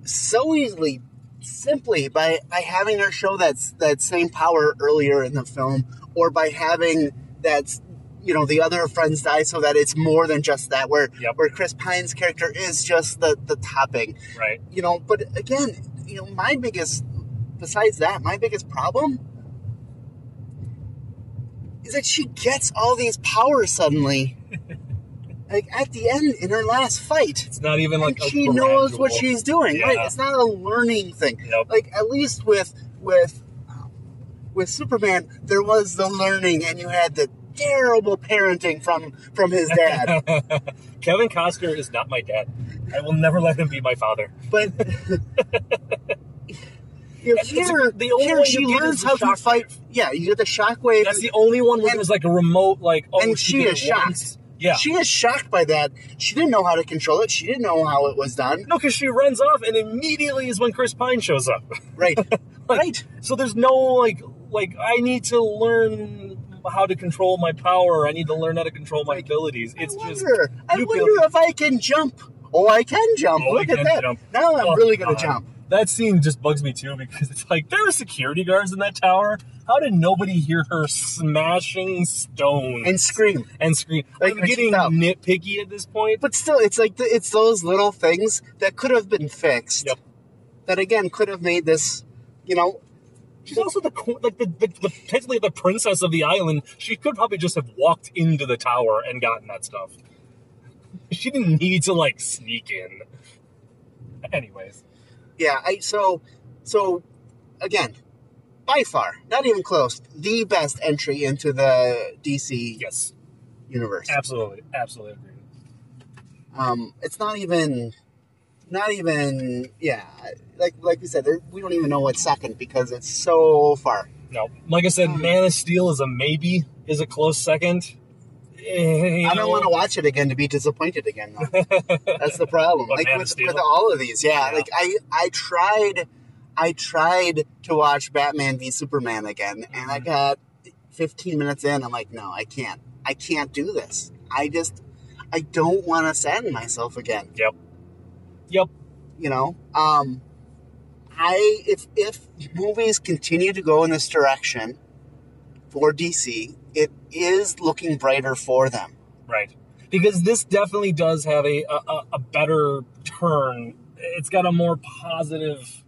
[SPEAKER 1] so easily, simply by by having her show that s- that same power earlier in the film, or by having that you know the other friends die, so that it's more than just that. Where
[SPEAKER 2] Yep.
[SPEAKER 1] where Chris Pine's character is just the the topping,
[SPEAKER 2] right.
[SPEAKER 1] you know. But again, you know, my biggest besides that, my biggest problem is that she gets all these powers suddenly. Like at the end in her last fight,
[SPEAKER 2] It's not even like
[SPEAKER 1] and
[SPEAKER 2] a
[SPEAKER 1] she knows what
[SPEAKER 2] gradual-
[SPEAKER 1] she's doing right
[SPEAKER 2] Yeah.
[SPEAKER 1] it's not a learning thing
[SPEAKER 2] Nope.
[SPEAKER 1] like at least with with um, with superman there was the learning and you had the terrible parenting from from his dad
[SPEAKER 2] Kevin Costner is not my dad. I will never let him be my father.
[SPEAKER 1] but you know,
[SPEAKER 2] It's- it's-
[SPEAKER 1] here,
[SPEAKER 2] the only
[SPEAKER 1] here
[SPEAKER 2] one
[SPEAKER 1] she
[SPEAKER 2] you get
[SPEAKER 1] learns
[SPEAKER 2] is the
[SPEAKER 1] how to
[SPEAKER 2] shockwave.
[SPEAKER 1] fight yeah you get the shockwave
[SPEAKER 2] That's the only one where
[SPEAKER 1] And-
[SPEAKER 2] there's like a remote, like oh,
[SPEAKER 1] and she
[SPEAKER 2] did
[SPEAKER 1] is
[SPEAKER 2] it
[SPEAKER 1] shocked.
[SPEAKER 2] once. Yeah,
[SPEAKER 1] she is shocked by that she didn't know how to control it she didn't know how it was done
[SPEAKER 2] no, because she runs off, and immediately is when Chris Pine shows up.
[SPEAKER 1] right
[SPEAKER 2] Like,
[SPEAKER 1] right
[SPEAKER 2] So there's no like, like I need to learn how to control my power. I need to learn how to control my abilities. It's
[SPEAKER 1] I
[SPEAKER 2] just
[SPEAKER 1] wonder. I
[SPEAKER 2] you
[SPEAKER 1] wonder
[SPEAKER 2] build-
[SPEAKER 1] if I can jump. Oh, I can jump.
[SPEAKER 2] Oh, I
[SPEAKER 1] Look at
[SPEAKER 2] can
[SPEAKER 1] that.
[SPEAKER 2] jump.
[SPEAKER 1] Now I'm
[SPEAKER 2] Oh,
[SPEAKER 1] really gonna
[SPEAKER 2] God.
[SPEAKER 1] jump.
[SPEAKER 2] That scene just bugs me too because it's like there are security guards in that tower. How did nobody hear her smashing stones
[SPEAKER 1] and scream.
[SPEAKER 2] and scream?
[SPEAKER 1] Like,
[SPEAKER 2] I'm
[SPEAKER 1] when she
[SPEAKER 2] getting
[SPEAKER 1] fell.
[SPEAKER 2] nitpicky at this point.
[SPEAKER 1] But still, it's like the, it's those little things that could have been fixed.
[SPEAKER 2] Yep.
[SPEAKER 1] That again could have made this, you know,
[SPEAKER 2] She's also the qu- like the, the, the technically the princess of the island. She could probably just have walked into the tower and gotten that stuff. She didn't need to like sneak in. Anyways,
[SPEAKER 1] yeah. I so so again, by far, not even close, the best entry into the DC
[SPEAKER 2] yes,
[SPEAKER 1] universe.
[SPEAKER 2] absolutely, absolutely agree.
[SPEAKER 1] Um, it's not even, not even, yeah. Like like we said, there, we don't even know what's second because it's so far.
[SPEAKER 2] No, like I said,
[SPEAKER 1] Um,
[SPEAKER 2] Man of Steel is a maybe, is a close second.
[SPEAKER 1] I don't want to watch it again to be disappointed again. Though. That's the problem.
[SPEAKER 2] What,
[SPEAKER 1] like
[SPEAKER 2] Man of
[SPEAKER 1] with,
[SPEAKER 2] Steel?
[SPEAKER 1] with all of these, yeah,
[SPEAKER 2] Yeah.
[SPEAKER 1] Like I, I tried, I tried to watch Batman v Superman again, and I
[SPEAKER 2] Mhm.
[SPEAKER 1] got 15 minutes in. I'm like, no, I can't. I can't do this. I just, I don't want to sadden myself again.
[SPEAKER 2] Yep. Yep.
[SPEAKER 1] you know um i if if movies continue to go in this direction for dc it is looking brighter for them
[SPEAKER 2] Right. Because this definitely does have a, a, a- a better turn. It's got a more positive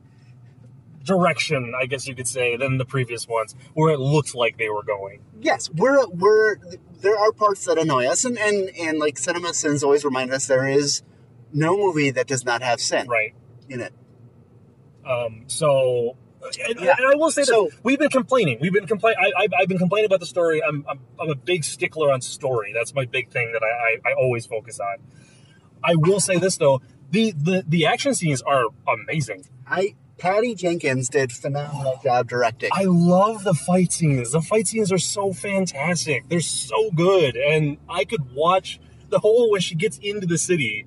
[SPEAKER 2] direction, I guess you could say, than the previous ones, where it looked like they were going.
[SPEAKER 1] yes we're we're there are parts that annoy us and and, and like cinema sins always remind us there is no movie that does not have sin
[SPEAKER 2] Right.
[SPEAKER 1] in it
[SPEAKER 2] Um, so, and,
[SPEAKER 1] Yeah.
[SPEAKER 2] and I will say
[SPEAKER 1] So-
[SPEAKER 2] this: we've been complaining. We've been complaining. I've, I've been complaining about the story. I'm, I'm, I'm a big stickler on story. That's my big thing that I, I, I always focus on. I will say this though: the, the the action scenes are amazing.
[SPEAKER 1] i patty jenkins did phenomenal job directing
[SPEAKER 2] I love the fight scenes. The fight scenes are so fantastic. They're so good, and I could watch the whole when she gets into the city,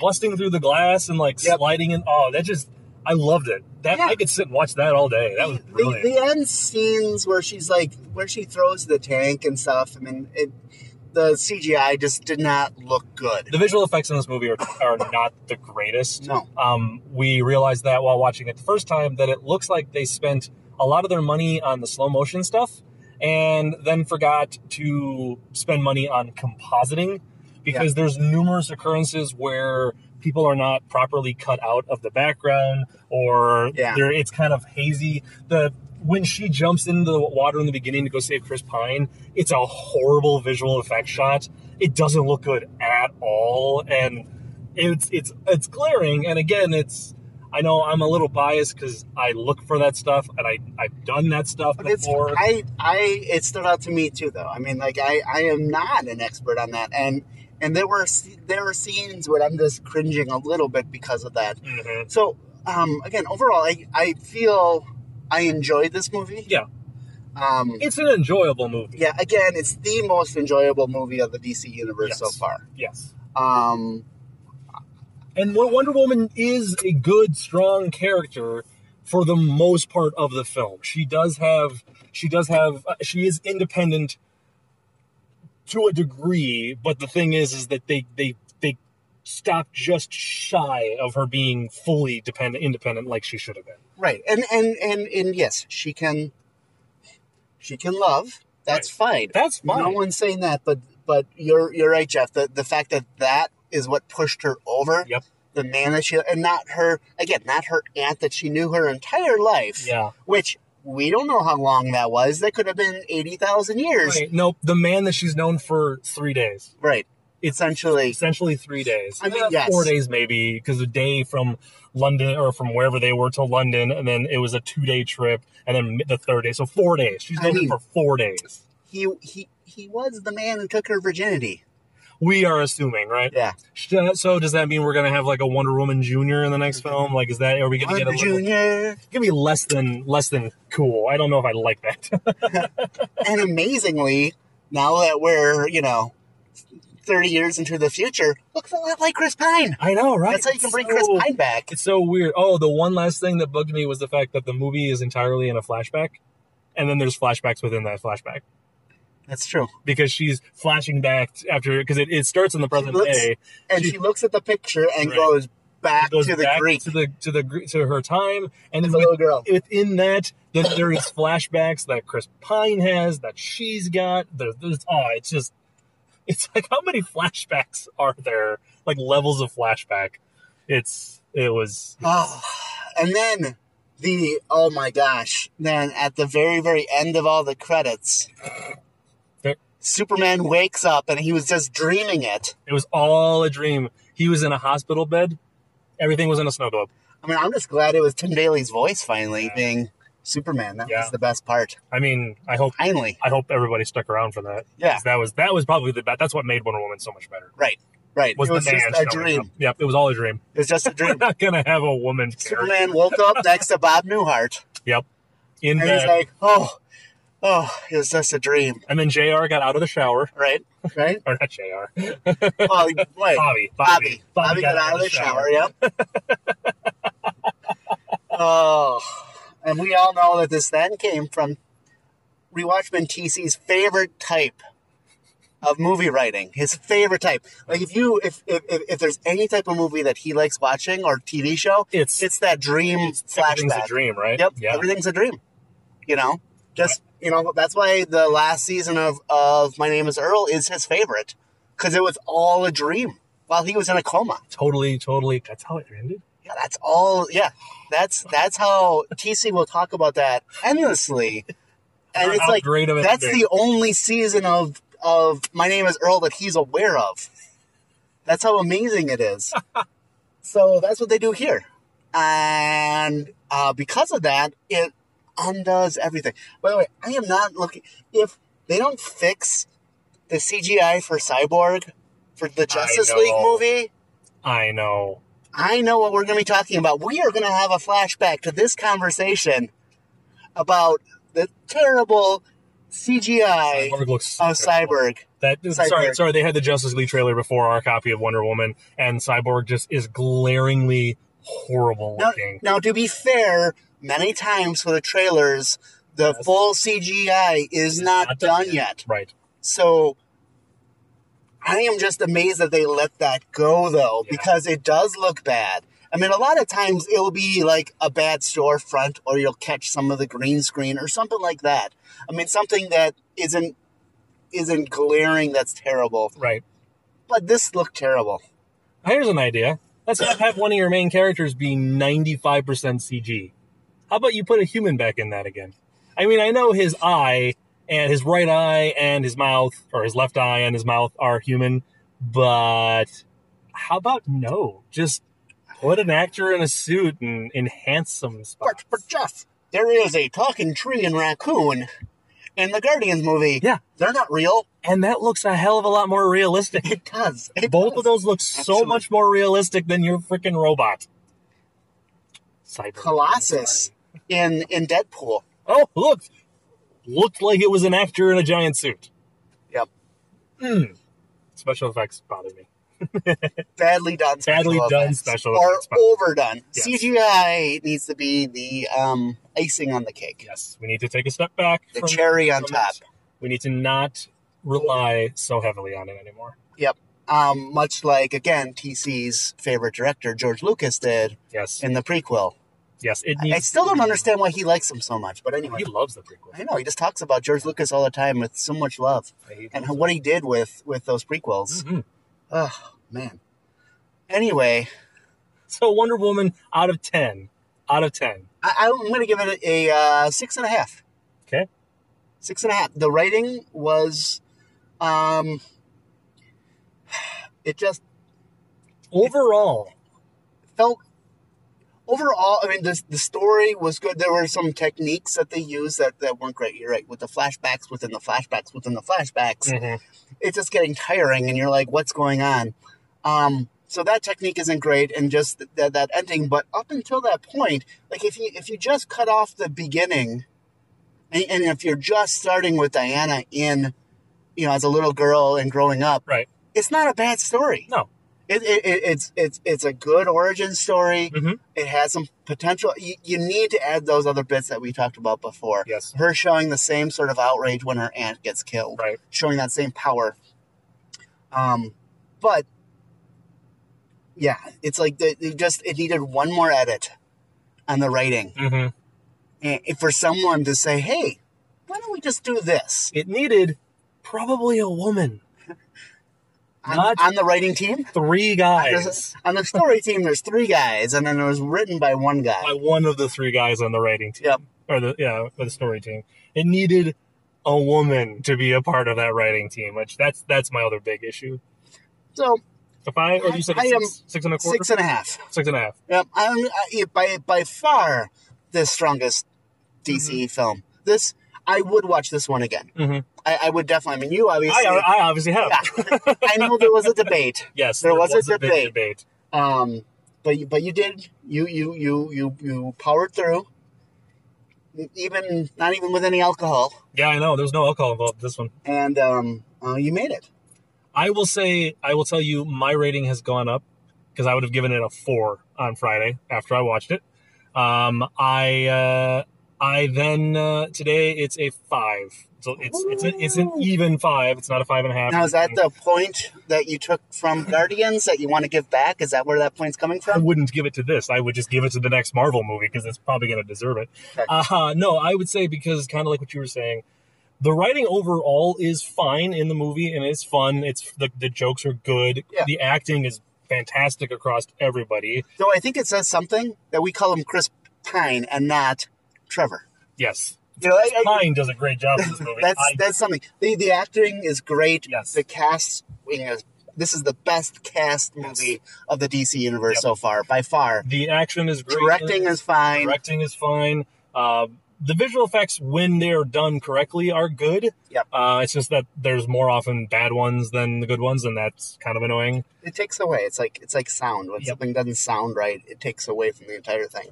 [SPEAKER 2] busting through the glass and like
[SPEAKER 1] Yep.
[SPEAKER 2] sliding in. Oh, that just I loved it. That
[SPEAKER 1] Yeah.
[SPEAKER 2] I could sit and watch that all day. That was
[SPEAKER 1] the,
[SPEAKER 2] brilliant.
[SPEAKER 1] the end scenes where she's like where she throws the tank and stuff i mean it the cgi just did not look good
[SPEAKER 2] the visual effects in this movie are, are not the greatest.
[SPEAKER 1] No.
[SPEAKER 2] Um, we realized that while watching it the first time that it looks like they spent a lot of their money on the slow motion stuff and then forgot to spend money on compositing because there's numerous occurrences where people are not properly cut out of the background or
[SPEAKER 1] Yeah.
[SPEAKER 2] they're- it's kind of hazy. The when she jumps into the water in the beginning to go save Chris Pine, it's a horrible visual effect shot. It doesn't look good at all, and it's it's it's glaring. And again, it's I know I'm a little biased because I look for that stuff and I I've done that stuff
[SPEAKER 1] But it's
[SPEAKER 2] before.
[SPEAKER 1] I I it stood out to me too though. I mean like I I am not an expert on that and and there were sce- there were scenes where I'm just cringing a little bit because of that.
[SPEAKER 2] Mhm.
[SPEAKER 1] So um again overall I I feel I enjoyed this movie.
[SPEAKER 2] Yeah,
[SPEAKER 1] Um
[SPEAKER 2] it's an enjoyable movie.
[SPEAKER 1] yeah again it's the most enjoyable movie of the DC universe so
[SPEAKER 2] Yes.
[SPEAKER 1] far.
[SPEAKER 2] Yes.
[SPEAKER 1] Um
[SPEAKER 2] And Wo- Wonder Woman is a good, strong character for the most part of the film. She does have, she does have, uh, she is independent to a degree. But the thing is, is that they they they stop just shy of her being fully dependent, independent, like she should have been.
[SPEAKER 1] right. And and and and yes, she can she can love. That's fine.
[SPEAKER 2] That's fine.
[SPEAKER 1] No one's saying that, but but you're you're right, Jeff. The the fact that that is what pushed her over.
[SPEAKER 2] Yep.
[SPEAKER 1] The man that she and not her again, not her aunt that she knew her entire life.
[SPEAKER 2] Yeah.
[SPEAKER 1] Which we don't know how long that was. That could have been eighty thousand years.
[SPEAKER 2] Right. Nope. The man that she's known for three days.
[SPEAKER 1] Right.
[SPEAKER 2] It's
[SPEAKER 1] Essentially.
[SPEAKER 2] essentially three days.
[SPEAKER 1] I mean,
[SPEAKER 2] Uh,
[SPEAKER 1] yes.
[SPEAKER 2] four days maybe, because a day from London or from wherever they were to London, and then it was a two day trip, and then the third day. So four days. She's
[SPEAKER 1] I
[SPEAKER 2] known him
[SPEAKER 1] mean-
[SPEAKER 2] for four days.
[SPEAKER 1] He he he was the man who took her virginity.
[SPEAKER 2] We are assuming, right?
[SPEAKER 1] Yeah.
[SPEAKER 2] Sh- uh, So does that mean we're gonna have like a Wonder Woman Junior in the next film? Like, is that are we gonna
[SPEAKER 1] Mm-hmm. Wonder
[SPEAKER 2] get a little,
[SPEAKER 1] Junior.
[SPEAKER 2] gonna be less than less than cool? I don't know if I like that.
[SPEAKER 1] and amazingly, now that we're, you know, thirty years into the future, looks a lot like Chris Pine.
[SPEAKER 2] I know, right?
[SPEAKER 1] That's how you can bring
[SPEAKER 2] So-
[SPEAKER 1] Chris Pine back.
[SPEAKER 2] It's so weird. Oh, the one last thing that bugged me was the fact that the movie is entirely in a flashback, and then there's flashbacks within that flashback.
[SPEAKER 1] That's true.
[SPEAKER 2] because she's flashing back t- after because it, it starts in the present
[SPEAKER 1] looks
[SPEAKER 2] day.
[SPEAKER 1] and
[SPEAKER 2] She-
[SPEAKER 1] she, looks at the picture and
[SPEAKER 2] Right.
[SPEAKER 1] goes back
[SPEAKER 2] Goes
[SPEAKER 1] to the
[SPEAKER 2] back
[SPEAKER 1] Greek.
[SPEAKER 2] to the to the Gre- to her time, and
[SPEAKER 1] As
[SPEAKER 2] then
[SPEAKER 1] a little girl.
[SPEAKER 2] within that, then there is flashbacks that Chris Pine has that she's got. There, there's oh, it's just it's like how many flashbacks are there? Like levels of flashback. It's it was
[SPEAKER 1] Ah, and then the oh my gosh! Then at the very very end of all the credits,
[SPEAKER 2] There-
[SPEAKER 1] Superman wakes up and he was just dreaming it.
[SPEAKER 2] it was all a dream. He was in a hospital bed. Everything was in a snow globe.
[SPEAKER 1] I mean, I'm just glad it was Tim Daly's voice finally
[SPEAKER 2] Yeah.
[SPEAKER 1] being Superman. That
[SPEAKER 2] Yeah.
[SPEAKER 1] was the best part.
[SPEAKER 2] I mean, I hope
[SPEAKER 1] Finally,
[SPEAKER 2] I hope everybody stuck around for that.
[SPEAKER 1] yeah,
[SPEAKER 2] 'Cause That was that was probably the best. That's what made Wonder Woman so much better.
[SPEAKER 1] right, right.
[SPEAKER 2] was,
[SPEAKER 1] it was
[SPEAKER 2] the man
[SPEAKER 1] just a
[SPEAKER 2] showing up.
[SPEAKER 1] dream.
[SPEAKER 2] Yep, it was all a dream.
[SPEAKER 1] It was just a
[SPEAKER 2] We're
[SPEAKER 1] dream.
[SPEAKER 2] not gonna have a woman. character.
[SPEAKER 1] Superman woke up next to Bob Newhart,
[SPEAKER 2] Yep. In
[SPEAKER 1] and he's
[SPEAKER 2] bed,
[SPEAKER 1] like, "Oh, oh, it was just a dream."
[SPEAKER 2] and then Jr. got out of the shower,
[SPEAKER 1] Right, right.
[SPEAKER 2] or not Jr.
[SPEAKER 1] Oh, wait. Bobby.
[SPEAKER 2] Bobby, Bobby,
[SPEAKER 1] Bobby. got, out of the shower. Yep. oh, and we all know that this then came from Rewatchman TC's favorite type, of movie writing. His favorite type. Like if you if if, if, if there's any type of movie that he likes watching or TV show,
[SPEAKER 2] It's-
[SPEAKER 1] it's that dream
[SPEAKER 2] Everything's
[SPEAKER 1] flashback.
[SPEAKER 2] a dream, right?
[SPEAKER 1] Yep,
[SPEAKER 2] Yeah.
[SPEAKER 1] everything's a dream. You know, just you know that's why the last season of of My Name Is Earl is his favorite because it was all a dream while he was in a coma.
[SPEAKER 2] Totally, totally. That's how it ended.
[SPEAKER 1] Yeah, that's all. Yeah, that's that's how TC will talk about that endlessly, and it's
[SPEAKER 2] How
[SPEAKER 1] like
[SPEAKER 2] great of an
[SPEAKER 1] that's
[SPEAKER 2] ending.
[SPEAKER 1] the only season of of My Name Is Earl that he's aware of. That's how amazing it is. so that's what they do here, and uh, because of that, it undoes everything. By the way, I am not looking if they don't fix the CGI for Cyborg for the Justice League
[SPEAKER 2] know.
[SPEAKER 1] movie.
[SPEAKER 2] I know.
[SPEAKER 1] I know what we're going to be talking about. We are going to have a flashback to this conversation about the terrible CGI
[SPEAKER 2] Cyborg looks so
[SPEAKER 1] of Cyborg.
[SPEAKER 2] That
[SPEAKER 1] Cyborg.
[SPEAKER 2] sorry, sorry. They had the Justice League trailer before our copy of Wonder Woman, and Cyborg just is glaringly horrible
[SPEAKER 1] Now,
[SPEAKER 2] looking.
[SPEAKER 1] now, to be fair, many times for the trailers, the
[SPEAKER 2] Yes.
[SPEAKER 1] full CGI is not,
[SPEAKER 2] Not done
[SPEAKER 1] done yet.
[SPEAKER 2] Right.
[SPEAKER 1] So I am just amazed that they let that go, though,
[SPEAKER 2] Yeah.
[SPEAKER 1] because it does look bad. I mean, a lot of times it'll be like a bad storefront, or you'll catch some of the green screen, or something like that. I mean, something that isn't isn't glaring that's terrible.
[SPEAKER 2] Right.
[SPEAKER 1] But this looked terrible.
[SPEAKER 2] Here's an idea. Let's not have one of your main characters be 95% CG. How about you put a human back in that again? I mean, I know his eye and his right eye and his mouth, or his left eye and his mouth are human, but how about no? Just put an actor in a suit and enhance some
[SPEAKER 1] But,
[SPEAKER 2] spots.
[SPEAKER 1] but Jeff, there is a talking tree and raccoon in the Guardians movie.
[SPEAKER 2] Yeah.
[SPEAKER 1] they're not real.
[SPEAKER 2] And that looks a hell of a lot more realistic.
[SPEAKER 1] It does. It
[SPEAKER 2] Both
[SPEAKER 1] does.
[SPEAKER 2] of those look so
[SPEAKER 1] Absolutely.
[SPEAKER 2] much more realistic than your freaking robot. Cyber.
[SPEAKER 1] Colossus in in Deadpool.
[SPEAKER 2] Oh, look. Looked like it was an actor in a giant suit.
[SPEAKER 1] Yep.
[SPEAKER 2] Mm. Special effects bother me.
[SPEAKER 1] badly done special
[SPEAKER 2] Badly done
[SPEAKER 1] effects.
[SPEAKER 2] special
[SPEAKER 1] or
[SPEAKER 2] effects, but-
[SPEAKER 1] overdone
[SPEAKER 2] Yes.
[SPEAKER 1] cgi needs to be the um, icing on the cake
[SPEAKER 2] Yes, we need to take a step back.
[SPEAKER 1] the cherry on
[SPEAKER 2] from-
[SPEAKER 1] top
[SPEAKER 2] We need to not rely so heavily on it anymore.
[SPEAKER 1] um, much like again tc's favorite director george lucas did
[SPEAKER 2] Yes.
[SPEAKER 1] in the prequel
[SPEAKER 2] yes, it needs
[SPEAKER 1] i still don't understand why he likes him so much but anyway
[SPEAKER 2] He loves the prequel.
[SPEAKER 1] i know he just talks about george lucas all the time with so much love and what he did with with those prequels
[SPEAKER 2] Mhm.
[SPEAKER 1] oh man anyway
[SPEAKER 2] So Wonder Woman out of 10. Out of 10.
[SPEAKER 1] I, I'm going to give it a, uh, six and a half.
[SPEAKER 2] Okay.
[SPEAKER 1] Six and a half. The writing was, um, it just
[SPEAKER 2] Overall,
[SPEAKER 1] felt overall. I mean, this the story was good. There were some techniques that they used that that weren't great. You're right with the flashbacks within the flashbacks within the flashbacks. It's just getting tiring, and you're like, what's going on? Um, so that technique isn't great, and just th- that that ending. But up until that point, like if you if you just cut off the beginning, and, and if you're just starting with Diana in, you know, as a little girl and growing up,
[SPEAKER 2] right.
[SPEAKER 1] it's not a bad story.
[SPEAKER 2] No.
[SPEAKER 1] It, it, it, it's it's it's a good origin story.
[SPEAKER 2] Mhm.
[SPEAKER 1] It has some potential. You, you need to add those other bits that we talked about before.
[SPEAKER 2] Yes.
[SPEAKER 1] Her showing the same sort of outrage when her aunt gets killed
[SPEAKER 2] Right.
[SPEAKER 1] showing that same power. Um, but yeah, it's like they, they just it needed one more edit on the writing
[SPEAKER 2] hmm
[SPEAKER 1] and and for someone to say, "Hey, why don't we just do this
[SPEAKER 2] It needed probably a woman.
[SPEAKER 1] on,
[SPEAKER 2] Not-
[SPEAKER 1] on the writing team?"
[SPEAKER 2] Three
[SPEAKER 1] There's
[SPEAKER 2] guys.
[SPEAKER 1] a- on the story team, there's three guys, and then it was written by one guy.
[SPEAKER 2] by one of the three guys on the writing team.
[SPEAKER 1] Yep.
[SPEAKER 2] Or the yeah, or the story team. It needed a woman to be a part of that writing team, which that's that's my other big issue.
[SPEAKER 1] So
[SPEAKER 2] If I or you said
[SPEAKER 1] I- I am
[SPEAKER 2] six, six and a quarter,
[SPEAKER 1] six and a half.
[SPEAKER 2] six and a half.
[SPEAKER 1] Yep, I'm I, by by far the strongest DC film. This I would watch this one again.
[SPEAKER 2] Mhm.
[SPEAKER 1] I, I would definitely. I mean, you obviously.
[SPEAKER 2] I, I obviously have.
[SPEAKER 1] Yeah. I know there was a debate,
[SPEAKER 2] Yes,
[SPEAKER 1] There was a
[SPEAKER 2] big
[SPEAKER 1] debate.
[SPEAKER 2] debate.
[SPEAKER 1] um, but you, but you did you you you you you powered through. Even not even with any alcohol,
[SPEAKER 2] Yeah, I know. There was no alcohol involved in this one.
[SPEAKER 1] and um, uh, you made it.
[SPEAKER 2] I will say, I will tell you, my rating has gone up because I would have given it a four on Friday after I watched it. Um, I uh, I then uh, today it's a five. So it's it's an, it's an
[SPEAKER 1] Ooh.
[SPEAKER 2] even five. It's not a five and a half.
[SPEAKER 1] Now, is that the point that you took from Guardians that you want to give back? Is that where that point's coming
[SPEAKER 2] I
[SPEAKER 1] from?
[SPEAKER 2] wouldn't give it to this. I would just give it to the next Marvel movie because it's probably going to deserve it.
[SPEAKER 1] Okay.
[SPEAKER 2] Uh, no, I would say because kind of like what you were saying, the writing overall is fine in the movie and it's fun. It's the, the jokes are good.
[SPEAKER 1] Yeah.
[SPEAKER 2] The acting is fantastic across everybody.
[SPEAKER 1] So I think it says something that we call him Chris Pine and not Trevor.
[SPEAKER 2] Yes,
[SPEAKER 1] You know, I- I-
[SPEAKER 2] Pine does a great job in this movie.
[SPEAKER 1] that's
[SPEAKER 2] I-
[SPEAKER 1] that's something. The the acting is great.
[SPEAKER 2] Yes.
[SPEAKER 1] The cast is this is the best cast
[SPEAKER 2] Yes.
[SPEAKER 1] movie of the DC universe
[SPEAKER 2] Yep.
[SPEAKER 1] so far by far.
[SPEAKER 2] the action is great.
[SPEAKER 1] Directing is fine.
[SPEAKER 2] Directing is fine. Uh, the visual effects, when they are done correctly, are good.
[SPEAKER 1] Yep.
[SPEAKER 2] Uh, it's just that there's more often bad ones than the good ones, and that's kind of annoying.
[SPEAKER 1] It takes away. It's like it's like sound. When
[SPEAKER 2] Yep.
[SPEAKER 1] something doesn't sound right, it takes away from the entire thing.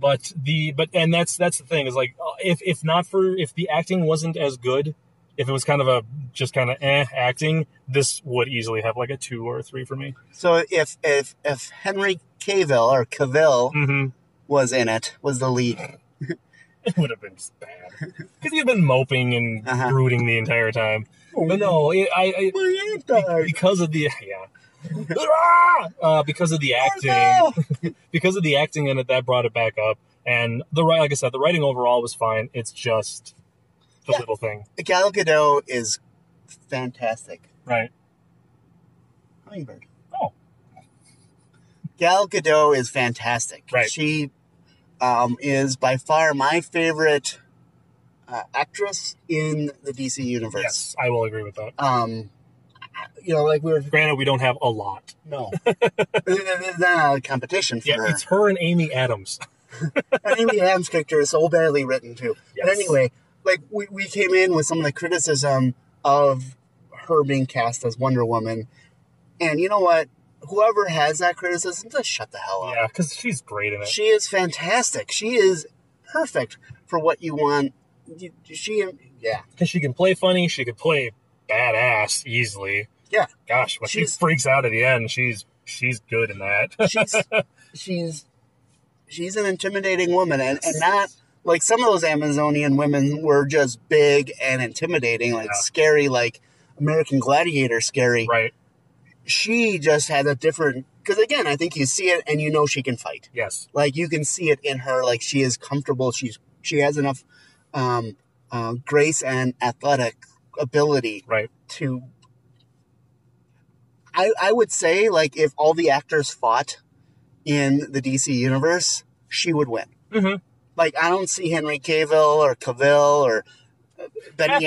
[SPEAKER 2] But the but and that's that's the thing is like uh, if if not for if the acting wasn't as good, if it was kind of a just kind of eh acting, this would easily have like a two or a three for me.
[SPEAKER 1] So if if if Henry Cavill or Cavill
[SPEAKER 2] Mm-hmm.
[SPEAKER 1] was in it, was the lead.
[SPEAKER 2] It would have been just bad because he'd been moping and
[SPEAKER 1] Uh-huh.
[SPEAKER 2] brooding the entire time. But Oh, no, it, I, I
[SPEAKER 1] My aunt died.
[SPEAKER 2] because of the yeah uh, because of
[SPEAKER 1] Oh,
[SPEAKER 2] the acting because of the acting in it that brought it back up and the ri- like i said the writing overall was fine it's just the
[SPEAKER 1] Yeah.
[SPEAKER 2] little thing
[SPEAKER 1] Gal Gadot is fantastic.
[SPEAKER 2] right
[SPEAKER 1] Hummingbird.
[SPEAKER 2] Oh.
[SPEAKER 1] Gal Gadot is fantastic.
[SPEAKER 2] Right.
[SPEAKER 1] She um, is by far my favorite uh, actress in the DC universe.
[SPEAKER 2] yes i will agree with that
[SPEAKER 1] Um, you know, like we were
[SPEAKER 2] granted we don't have a lot
[SPEAKER 1] no, there's not a competition for
[SPEAKER 2] yeah
[SPEAKER 1] her.
[SPEAKER 2] it's her and amy adams
[SPEAKER 1] and Amy Adams' character is so badly written too. But
[SPEAKER 2] Yes.
[SPEAKER 1] anyway, like we, we came in with some of the criticism of her being cast as Wonder Woman, and you know what? Whoever has that criticism, just shut the hell up.
[SPEAKER 2] yeah because she's great in it
[SPEAKER 1] She is fantastic. She is perfect for what you want. You- She, yeah,
[SPEAKER 2] because she can play funny she could play badass easily
[SPEAKER 1] Yeah.
[SPEAKER 2] gosh when
[SPEAKER 1] She's-
[SPEAKER 2] she freaks out at the end she's she's good in that
[SPEAKER 1] she's she's she's an intimidating woman, and, and not like some of those Amazonian women were just big and intimidating, like
[SPEAKER 2] Yeah.
[SPEAKER 1] scary, like American Gladiator scary.
[SPEAKER 2] right
[SPEAKER 1] She just had a different. Because again, I think you see it and you know she can fight.
[SPEAKER 2] yes
[SPEAKER 1] like you can see it in her like she is comfortable she's she has enough um, uh, grace and athletic ability
[SPEAKER 2] right
[SPEAKER 1] to I, I would say like if all the actors fought in the DC universe she would win
[SPEAKER 2] mm-hmm.
[SPEAKER 1] like I don't see Henry Cavill or Cavill or uh, Benny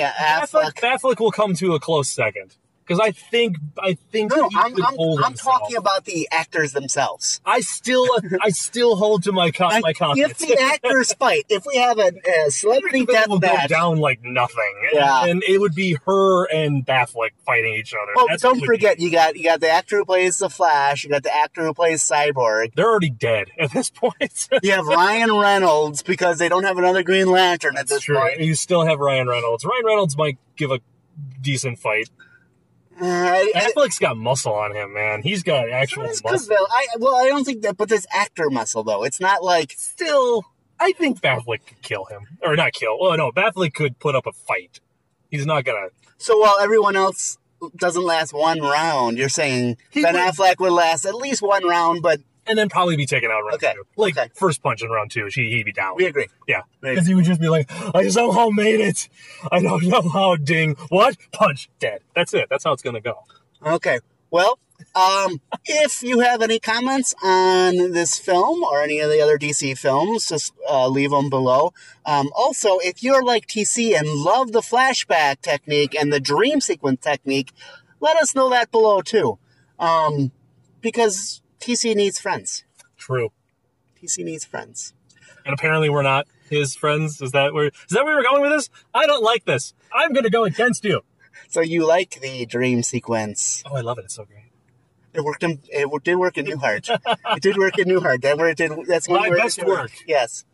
[SPEAKER 2] Affleck,
[SPEAKER 1] Affleck
[SPEAKER 2] Affleck will come to a close second because I think I think
[SPEAKER 1] no, no
[SPEAKER 2] he
[SPEAKER 1] I'm,
[SPEAKER 2] could
[SPEAKER 1] I'm,
[SPEAKER 2] hold
[SPEAKER 1] I'm
[SPEAKER 2] himself.
[SPEAKER 1] talking about the actors themselves
[SPEAKER 2] I still uh, I still hold to my co-
[SPEAKER 1] I-
[SPEAKER 2] my
[SPEAKER 1] if
[SPEAKER 2] confidence.
[SPEAKER 1] the actors fight if we have a, a celebrity
[SPEAKER 2] It
[SPEAKER 1] death
[SPEAKER 2] will go
[SPEAKER 1] match
[SPEAKER 2] down like nothing,
[SPEAKER 1] Yeah.
[SPEAKER 2] and it would be her and Affleck fighting each other.
[SPEAKER 1] Well,
[SPEAKER 2] That's
[SPEAKER 1] oh, don't
[SPEAKER 2] what it would be.
[SPEAKER 1] forget you got you got the actor who plays the Flash, you got the actor who plays Cyborg.
[SPEAKER 2] they're already dead at this point.
[SPEAKER 1] You have Ryan Reynolds because they don't have another Green Lantern at this point.
[SPEAKER 2] You still have Ryan Reynolds. Ryan Reynolds might give a decent fight.
[SPEAKER 1] Uh, I, I,
[SPEAKER 2] Affleck's got muscle on him, man. He's got
[SPEAKER 1] so
[SPEAKER 2] actual
[SPEAKER 1] does
[SPEAKER 2] muscle.
[SPEAKER 1] Cavill. I well, I don't think that, but there's actor muscle though. It's not like
[SPEAKER 2] still, I think Baffley could kill him, or not kill. Oh no, Baffley could put up a fight. He's not gonna.
[SPEAKER 1] so while everyone else doesn't last one round, you're saying
[SPEAKER 2] He
[SPEAKER 1] Ben
[SPEAKER 2] would-
[SPEAKER 1] Affleck would last at least one round, but
[SPEAKER 2] And then probably be taken out round
[SPEAKER 1] Okay,
[SPEAKER 2] two. Like
[SPEAKER 1] okay.
[SPEAKER 2] first punch in round two, she he'd be down.
[SPEAKER 1] we agree.
[SPEAKER 2] Yeah,
[SPEAKER 1] Right.
[SPEAKER 2] because he would just be like, "I somehow made it. I don't know how." Ding. What? Punch. Dead. That's it. That's how it's gonna go.
[SPEAKER 1] Okay. Well, um, if you have any comments on this film or any of the other DC films, just uh, leave them below. Um, also, if you're like TC and love the flashback technique and the dream sequence technique, let us know that below too. Um, because TC needs friends.
[SPEAKER 2] True.
[SPEAKER 1] TC needs friends.
[SPEAKER 2] And apparently, we're not his friends. Is that where? Is that where we're going with this? I don't like this. I'm gonna go against you.
[SPEAKER 1] So you like the dream sequence?
[SPEAKER 2] Oh, I love it. It's so great.
[SPEAKER 1] It worked. In, it w- did work in Newhart. it did work in Newhart. That where it did. That's one
[SPEAKER 2] My
[SPEAKER 1] where it
[SPEAKER 2] best
[SPEAKER 1] did
[SPEAKER 2] work.
[SPEAKER 1] Yes.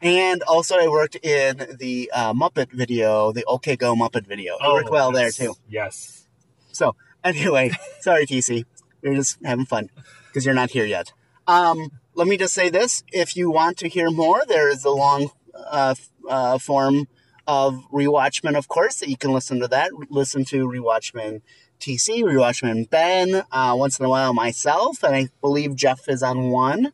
[SPEAKER 1] And also, I worked in the uh, Muppet video, the OK Go Muppet video. It worked well there
[SPEAKER 2] Oh, yes.
[SPEAKER 1] too.
[SPEAKER 2] Yes.
[SPEAKER 1] So anyway, sorry TC, we are just having fun because you're not here yet. Um, let me just say this: if you want to hear more, there is a long uh, f- uh, form of Rewatchman, of course, that you can listen to. That listen to Rewatchman TC, Rewatchman Ben. Uh, once in a while, myself, and I believe Jeff is on one.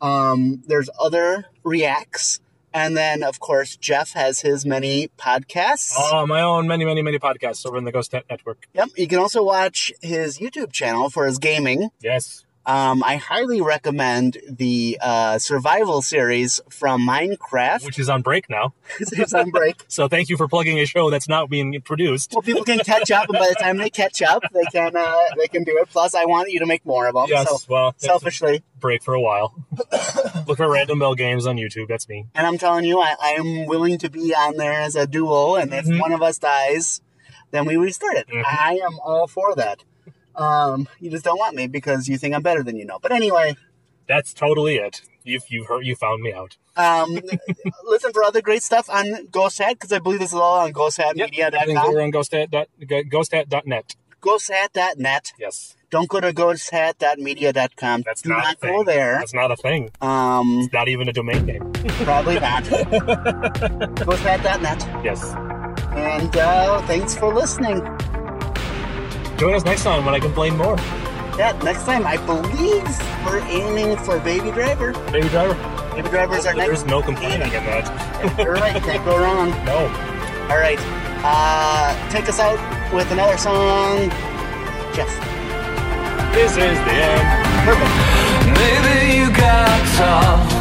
[SPEAKER 1] Um, there's other reacts, and then of course Jeff has his many podcasts.
[SPEAKER 2] Oh, my own many, many, many podcasts over in the Ghost Net Network.
[SPEAKER 1] Yep, you can also watch his YouTube channel for his gaming.
[SPEAKER 2] Yes.
[SPEAKER 1] Um, I highly recommend the uh, survival series from Minecraft.
[SPEAKER 2] Which is on break now.
[SPEAKER 1] it's on break.
[SPEAKER 2] So thank you for plugging a show that's not being produced.
[SPEAKER 1] Well, people can catch up, and by the time they catch up, they can uh, they can do it. Plus, I want you to make more of them.
[SPEAKER 2] yes,
[SPEAKER 1] so,
[SPEAKER 2] well, it's a
[SPEAKER 1] selfishly,
[SPEAKER 2] break for a while. Look for Random Bell Games on YouTube. That's me.
[SPEAKER 1] and I'm telling you, I, I am willing to be on there as a duo. And if
[SPEAKER 2] Mhm.
[SPEAKER 1] one of us dies, then we restart it.
[SPEAKER 2] Mhm.
[SPEAKER 1] I am all for that. Um, you just don't want me because you think I'm better than you know. But anyway,
[SPEAKER 2] That's totally it. You've, you've heard, you found me out.
[SPEAKER 1] um, listen for other great stuff on Ghost Hat because I believe this is all on
[SPEAKER 2] Everything's
[SPEAKER 1] ghosthatmedia.com.
[SPEAKER 2] over on ghosthat dot- ghosthat.net.
[SPEAKER 1] ghosthat.net.
[SPEAKER 2] Yes.
[SPEAKER 1] Don't go to ghosthat.media.com.
[SPEAKER 2] That's
[SPEAKER 1] Do
[SPEAKER 2] not,
[SPEAKER 1] not
[SPEAKER 2] a thing.
[SPEAKER 1] go there.
[SPEAKER 2] That's not a thing.
[SPEAKER 1] Um,
[SPEAKER 2] Not even a domain name.
[SPEAKER 1] probably not. ghosthat.net.
[SPEAKER 2] Yes.
[SPEAKER 1] And uh, thanks for listening.
[SPEAKER 2] Join us next time when I complain more.
[SPEAKER 1] Yeah, next time I believe we're aiming for Baby Driver.
[SPEAKER 2] Baby driver.
[SPEAKER 1] Baby Driver's our next.
[SPEAKER 2] There's no complaining in that.
[SPEAKER 1] You're right. Can't go wrong.
[SPEAKER 2] No.
[SPEAKER 1] All right. Uh, take us out with another song, Jeff.
[SPEAKER 2] This is the end.
[SPEAKER 1] Perfect.
[SPEAKER 4] Maybe you got tough.